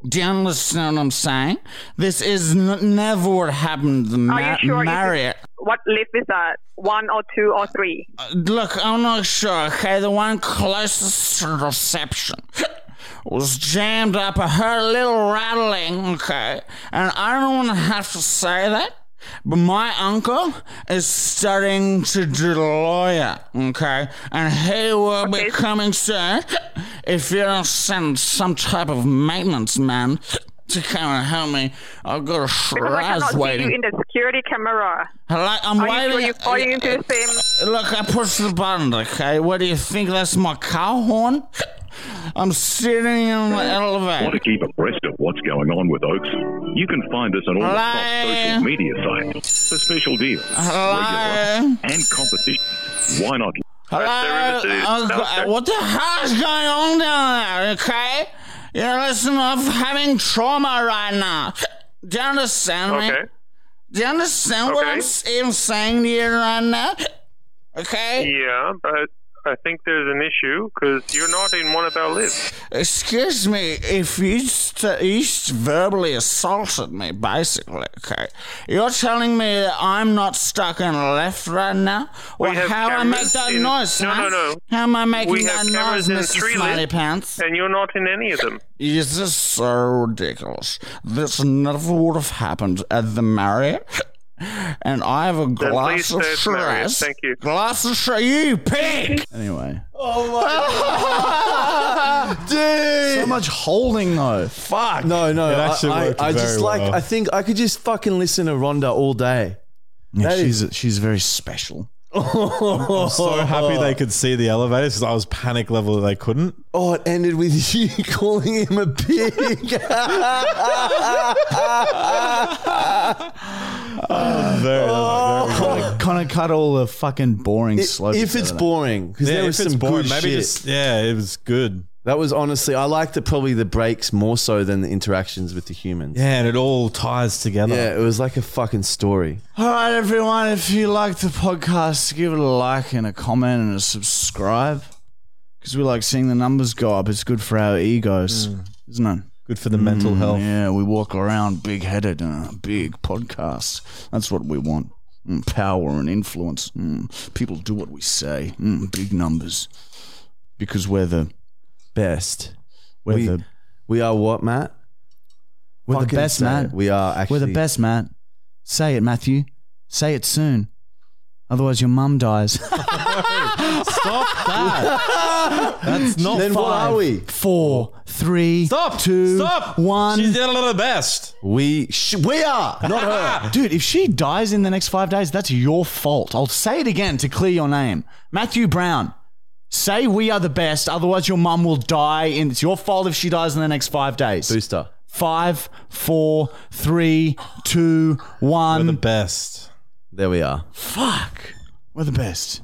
Speaker 1: Do you understand what I'm saying? This is n- never what happened to the
Speaker 4: Are
Speaker 1: Ma-
Speaker 4: you sure?
Speaker 1: Marriott.
Speaker 4: Is it, what lift is that? uh, One or two or three?
Speaker 1: Look, I'm not sure, okay? The one closest to reception was jammed up. I heard a little rattling, okay? And I don't want to have to say that, but my uncle is studying to do lawyer, okay? And he will be
Speaker 4: Okay.
Speaker 1: coming soon if you don't send some type of maintenance man to come and help me. I've got a
Speaker 4: Because I
Speaker 1: shroud
Speaker 4: cannot see
Speaker 1: waiting.
Speaker 4: you in the security camera.
Speaker 1: Hello, I'm
Speaker 4: Are you
Speaker 1: waiting.
Speaker 4: sure you're falling into the same?
Speaker 1: Look, I pushed the button, okay? What do you think? That's my cow horn? I'm sitting in the
Speaker 8: Want
Speaker 1: elevator.
Speaker 8: to keep abreast of what's going on with Oaks? You can find us on all the top
Speaker 1: Hello?
Speaker 8: social media sites for special deals,
Speaker 1: Hello?
Speaker 8: regular, and competitions. Why not?
Speaker 1: Hello? Oh, God, what the hell is going on down there, okay? You know, listen, I'm having trauma right now. Do you understand me?
Speaker 6: Okay.
Speaker 1: Do you understand what I'm
Speaker 6: Okay.
Speaker 1: s- even saying to you right now? Okay?
Speaker 6: Yeah, but I think there's an issue because you're not in one of our lists.
Speaker 1: Excuse me, if you, st- you s- verbally assaulted me, basically, okay? You're telling me that I'm not stuck in the left right now? Well,
Speaker 6: have
Speaker 1: how I make
Speaker 6: cameras
Speaker 1: that
Speaker 6: in-
Speaker 1: noise,
Speaker 6: No,
Speaker 1: huh?
Speaker 6: no, no.
Speaker 1: How am I making
Speaker 6: We
Speaker 1: that
Speaker 6: have
Speaker 1: noise,
Speaker 6: cameras in
Speaker 1: Mr.
Speaker 6: three
Speaker 1: Smiley
Speaker 6: lists.
Speaker 1: Pants?
Speaker 6: And you're not in any of them.
Speaker 1: This is so ridiculous. This never would have happened at the Marriott. And I have a glass
Speaker 6: please
Speaker 1: of
Speaker 6: say it's Marriott.
Speaker 1: stress.
Speaker 6: Thank you.
Speaker 1: Glass of stress. You pig!
Speaker 9: Anyway,
Speaker 1: [LAUGHS]
Speaker 2: Dude.
Speaker 9: Oh so much holding though.
Speaker 2: Fuck. No, no.
Speaker 3: It
Speaker 2: I-
Speaker 3: actually
Speaker 2: I,
Speaker 3: worked
Speaker 2: I
Speaker 3: very
Speaker 2: just like,
Speaker 3: well.
Speaker 2: I think I could just fucking listen to Rhonda all
Speaker 3: [LAUGHS]
Speaker 2: day.
Speaker 9: Yeah,
Speaker 2: That
Speaker 9: she's she's very
Speaker 1: [LAUGHS]
Speaker 9: special.
Speaker 3: I'm
Speaker 2: Oh,
Speaker 3: so happy they could see the elevators because I was panic level that they couldn't. [LAUGHS]
Speaker 2: Oh, it ended with you [LAUGHS] calling him a pig.
Speaker 3: Very, [LAUGHS]
Speaker 9: Kind of cut all the fucking boring slow.
Speaker 2: if it's boring, because
Speaker 3: yeah,
Speaker 2: there
Speaker 3: if
Speaker 2: was
Speaker 3: it's
Speaker 2: some
Speaker 3: boring,
Speaker 2: good
Speaker 3: maybe
Speaker 2: shit.
Speaker 3: just yeah, it was good.
Speaker 2: that was honestly, I liked the, probably the breaks more so than the interactions with the humans.
Speaker 3: Yeah, and it all ties together.
Speaker 2: Yeah, it was like a fucking story.
Speaker 9: All right, everyone. If you like the podcast, give it a like and a comment and a subscribe because we like seeing the numbers go up. It's good for our egos,
Speaker 2: Hmm.
Speaker 9: isn't it?
Speaker 3: Good for the mental
Speaker 2: Oh.
Speaker 3: health.
Speaker 9: Yeah, we walk around big headed and a big podcast. That's what we want. Mm, power and influence. Mm, people do what we say. Mm, big numbers. Because we're the
Speaker 2: Best.
Speaker 9: we're
Speaker 2: We-
Speaker 9: the
Speaker 2: We are what, Matt?
Speaker 9: we're the
Speaker 2: Fucking
Speaker 9: best,
Speaker 2: say
Speaker 9: man.
Speaker 2: it. We are actually.
Speaker 9: We're the best, Matt. Say it, Matthew. Say it soon. Otherwise, your mum dies. [LAUGHS]
Speaker 3: Stop that. That's not
Speaker 2: Then what
Speaker 3: five.
Speaker 2: are we?
Speaker 9: Four, three,
Speaker 3: Stop.
Speaker 9: two,
Speaker 3: Stop.
Speaker 9: one.
Speaker 3: She's the little best.
Speaker 2: We sh- we
Speaker 3: [LAUGHS]
Speaker 2: are not her.
Speaker 9: Dude, if she dies in the next five days, that's your fault. I'll say it again to clear your name. Matthew Brown.
Speaker 1: Say we are the best, otherwise your mum will die. And it's your fault if she dies in the next five days.
Speaker 2: Booster.
Speaker 1: Five, four, three, two, one.
Speaker 3: We're the best.
Speaker 2: There we are.
Speaker 1: Fuck. We're the best.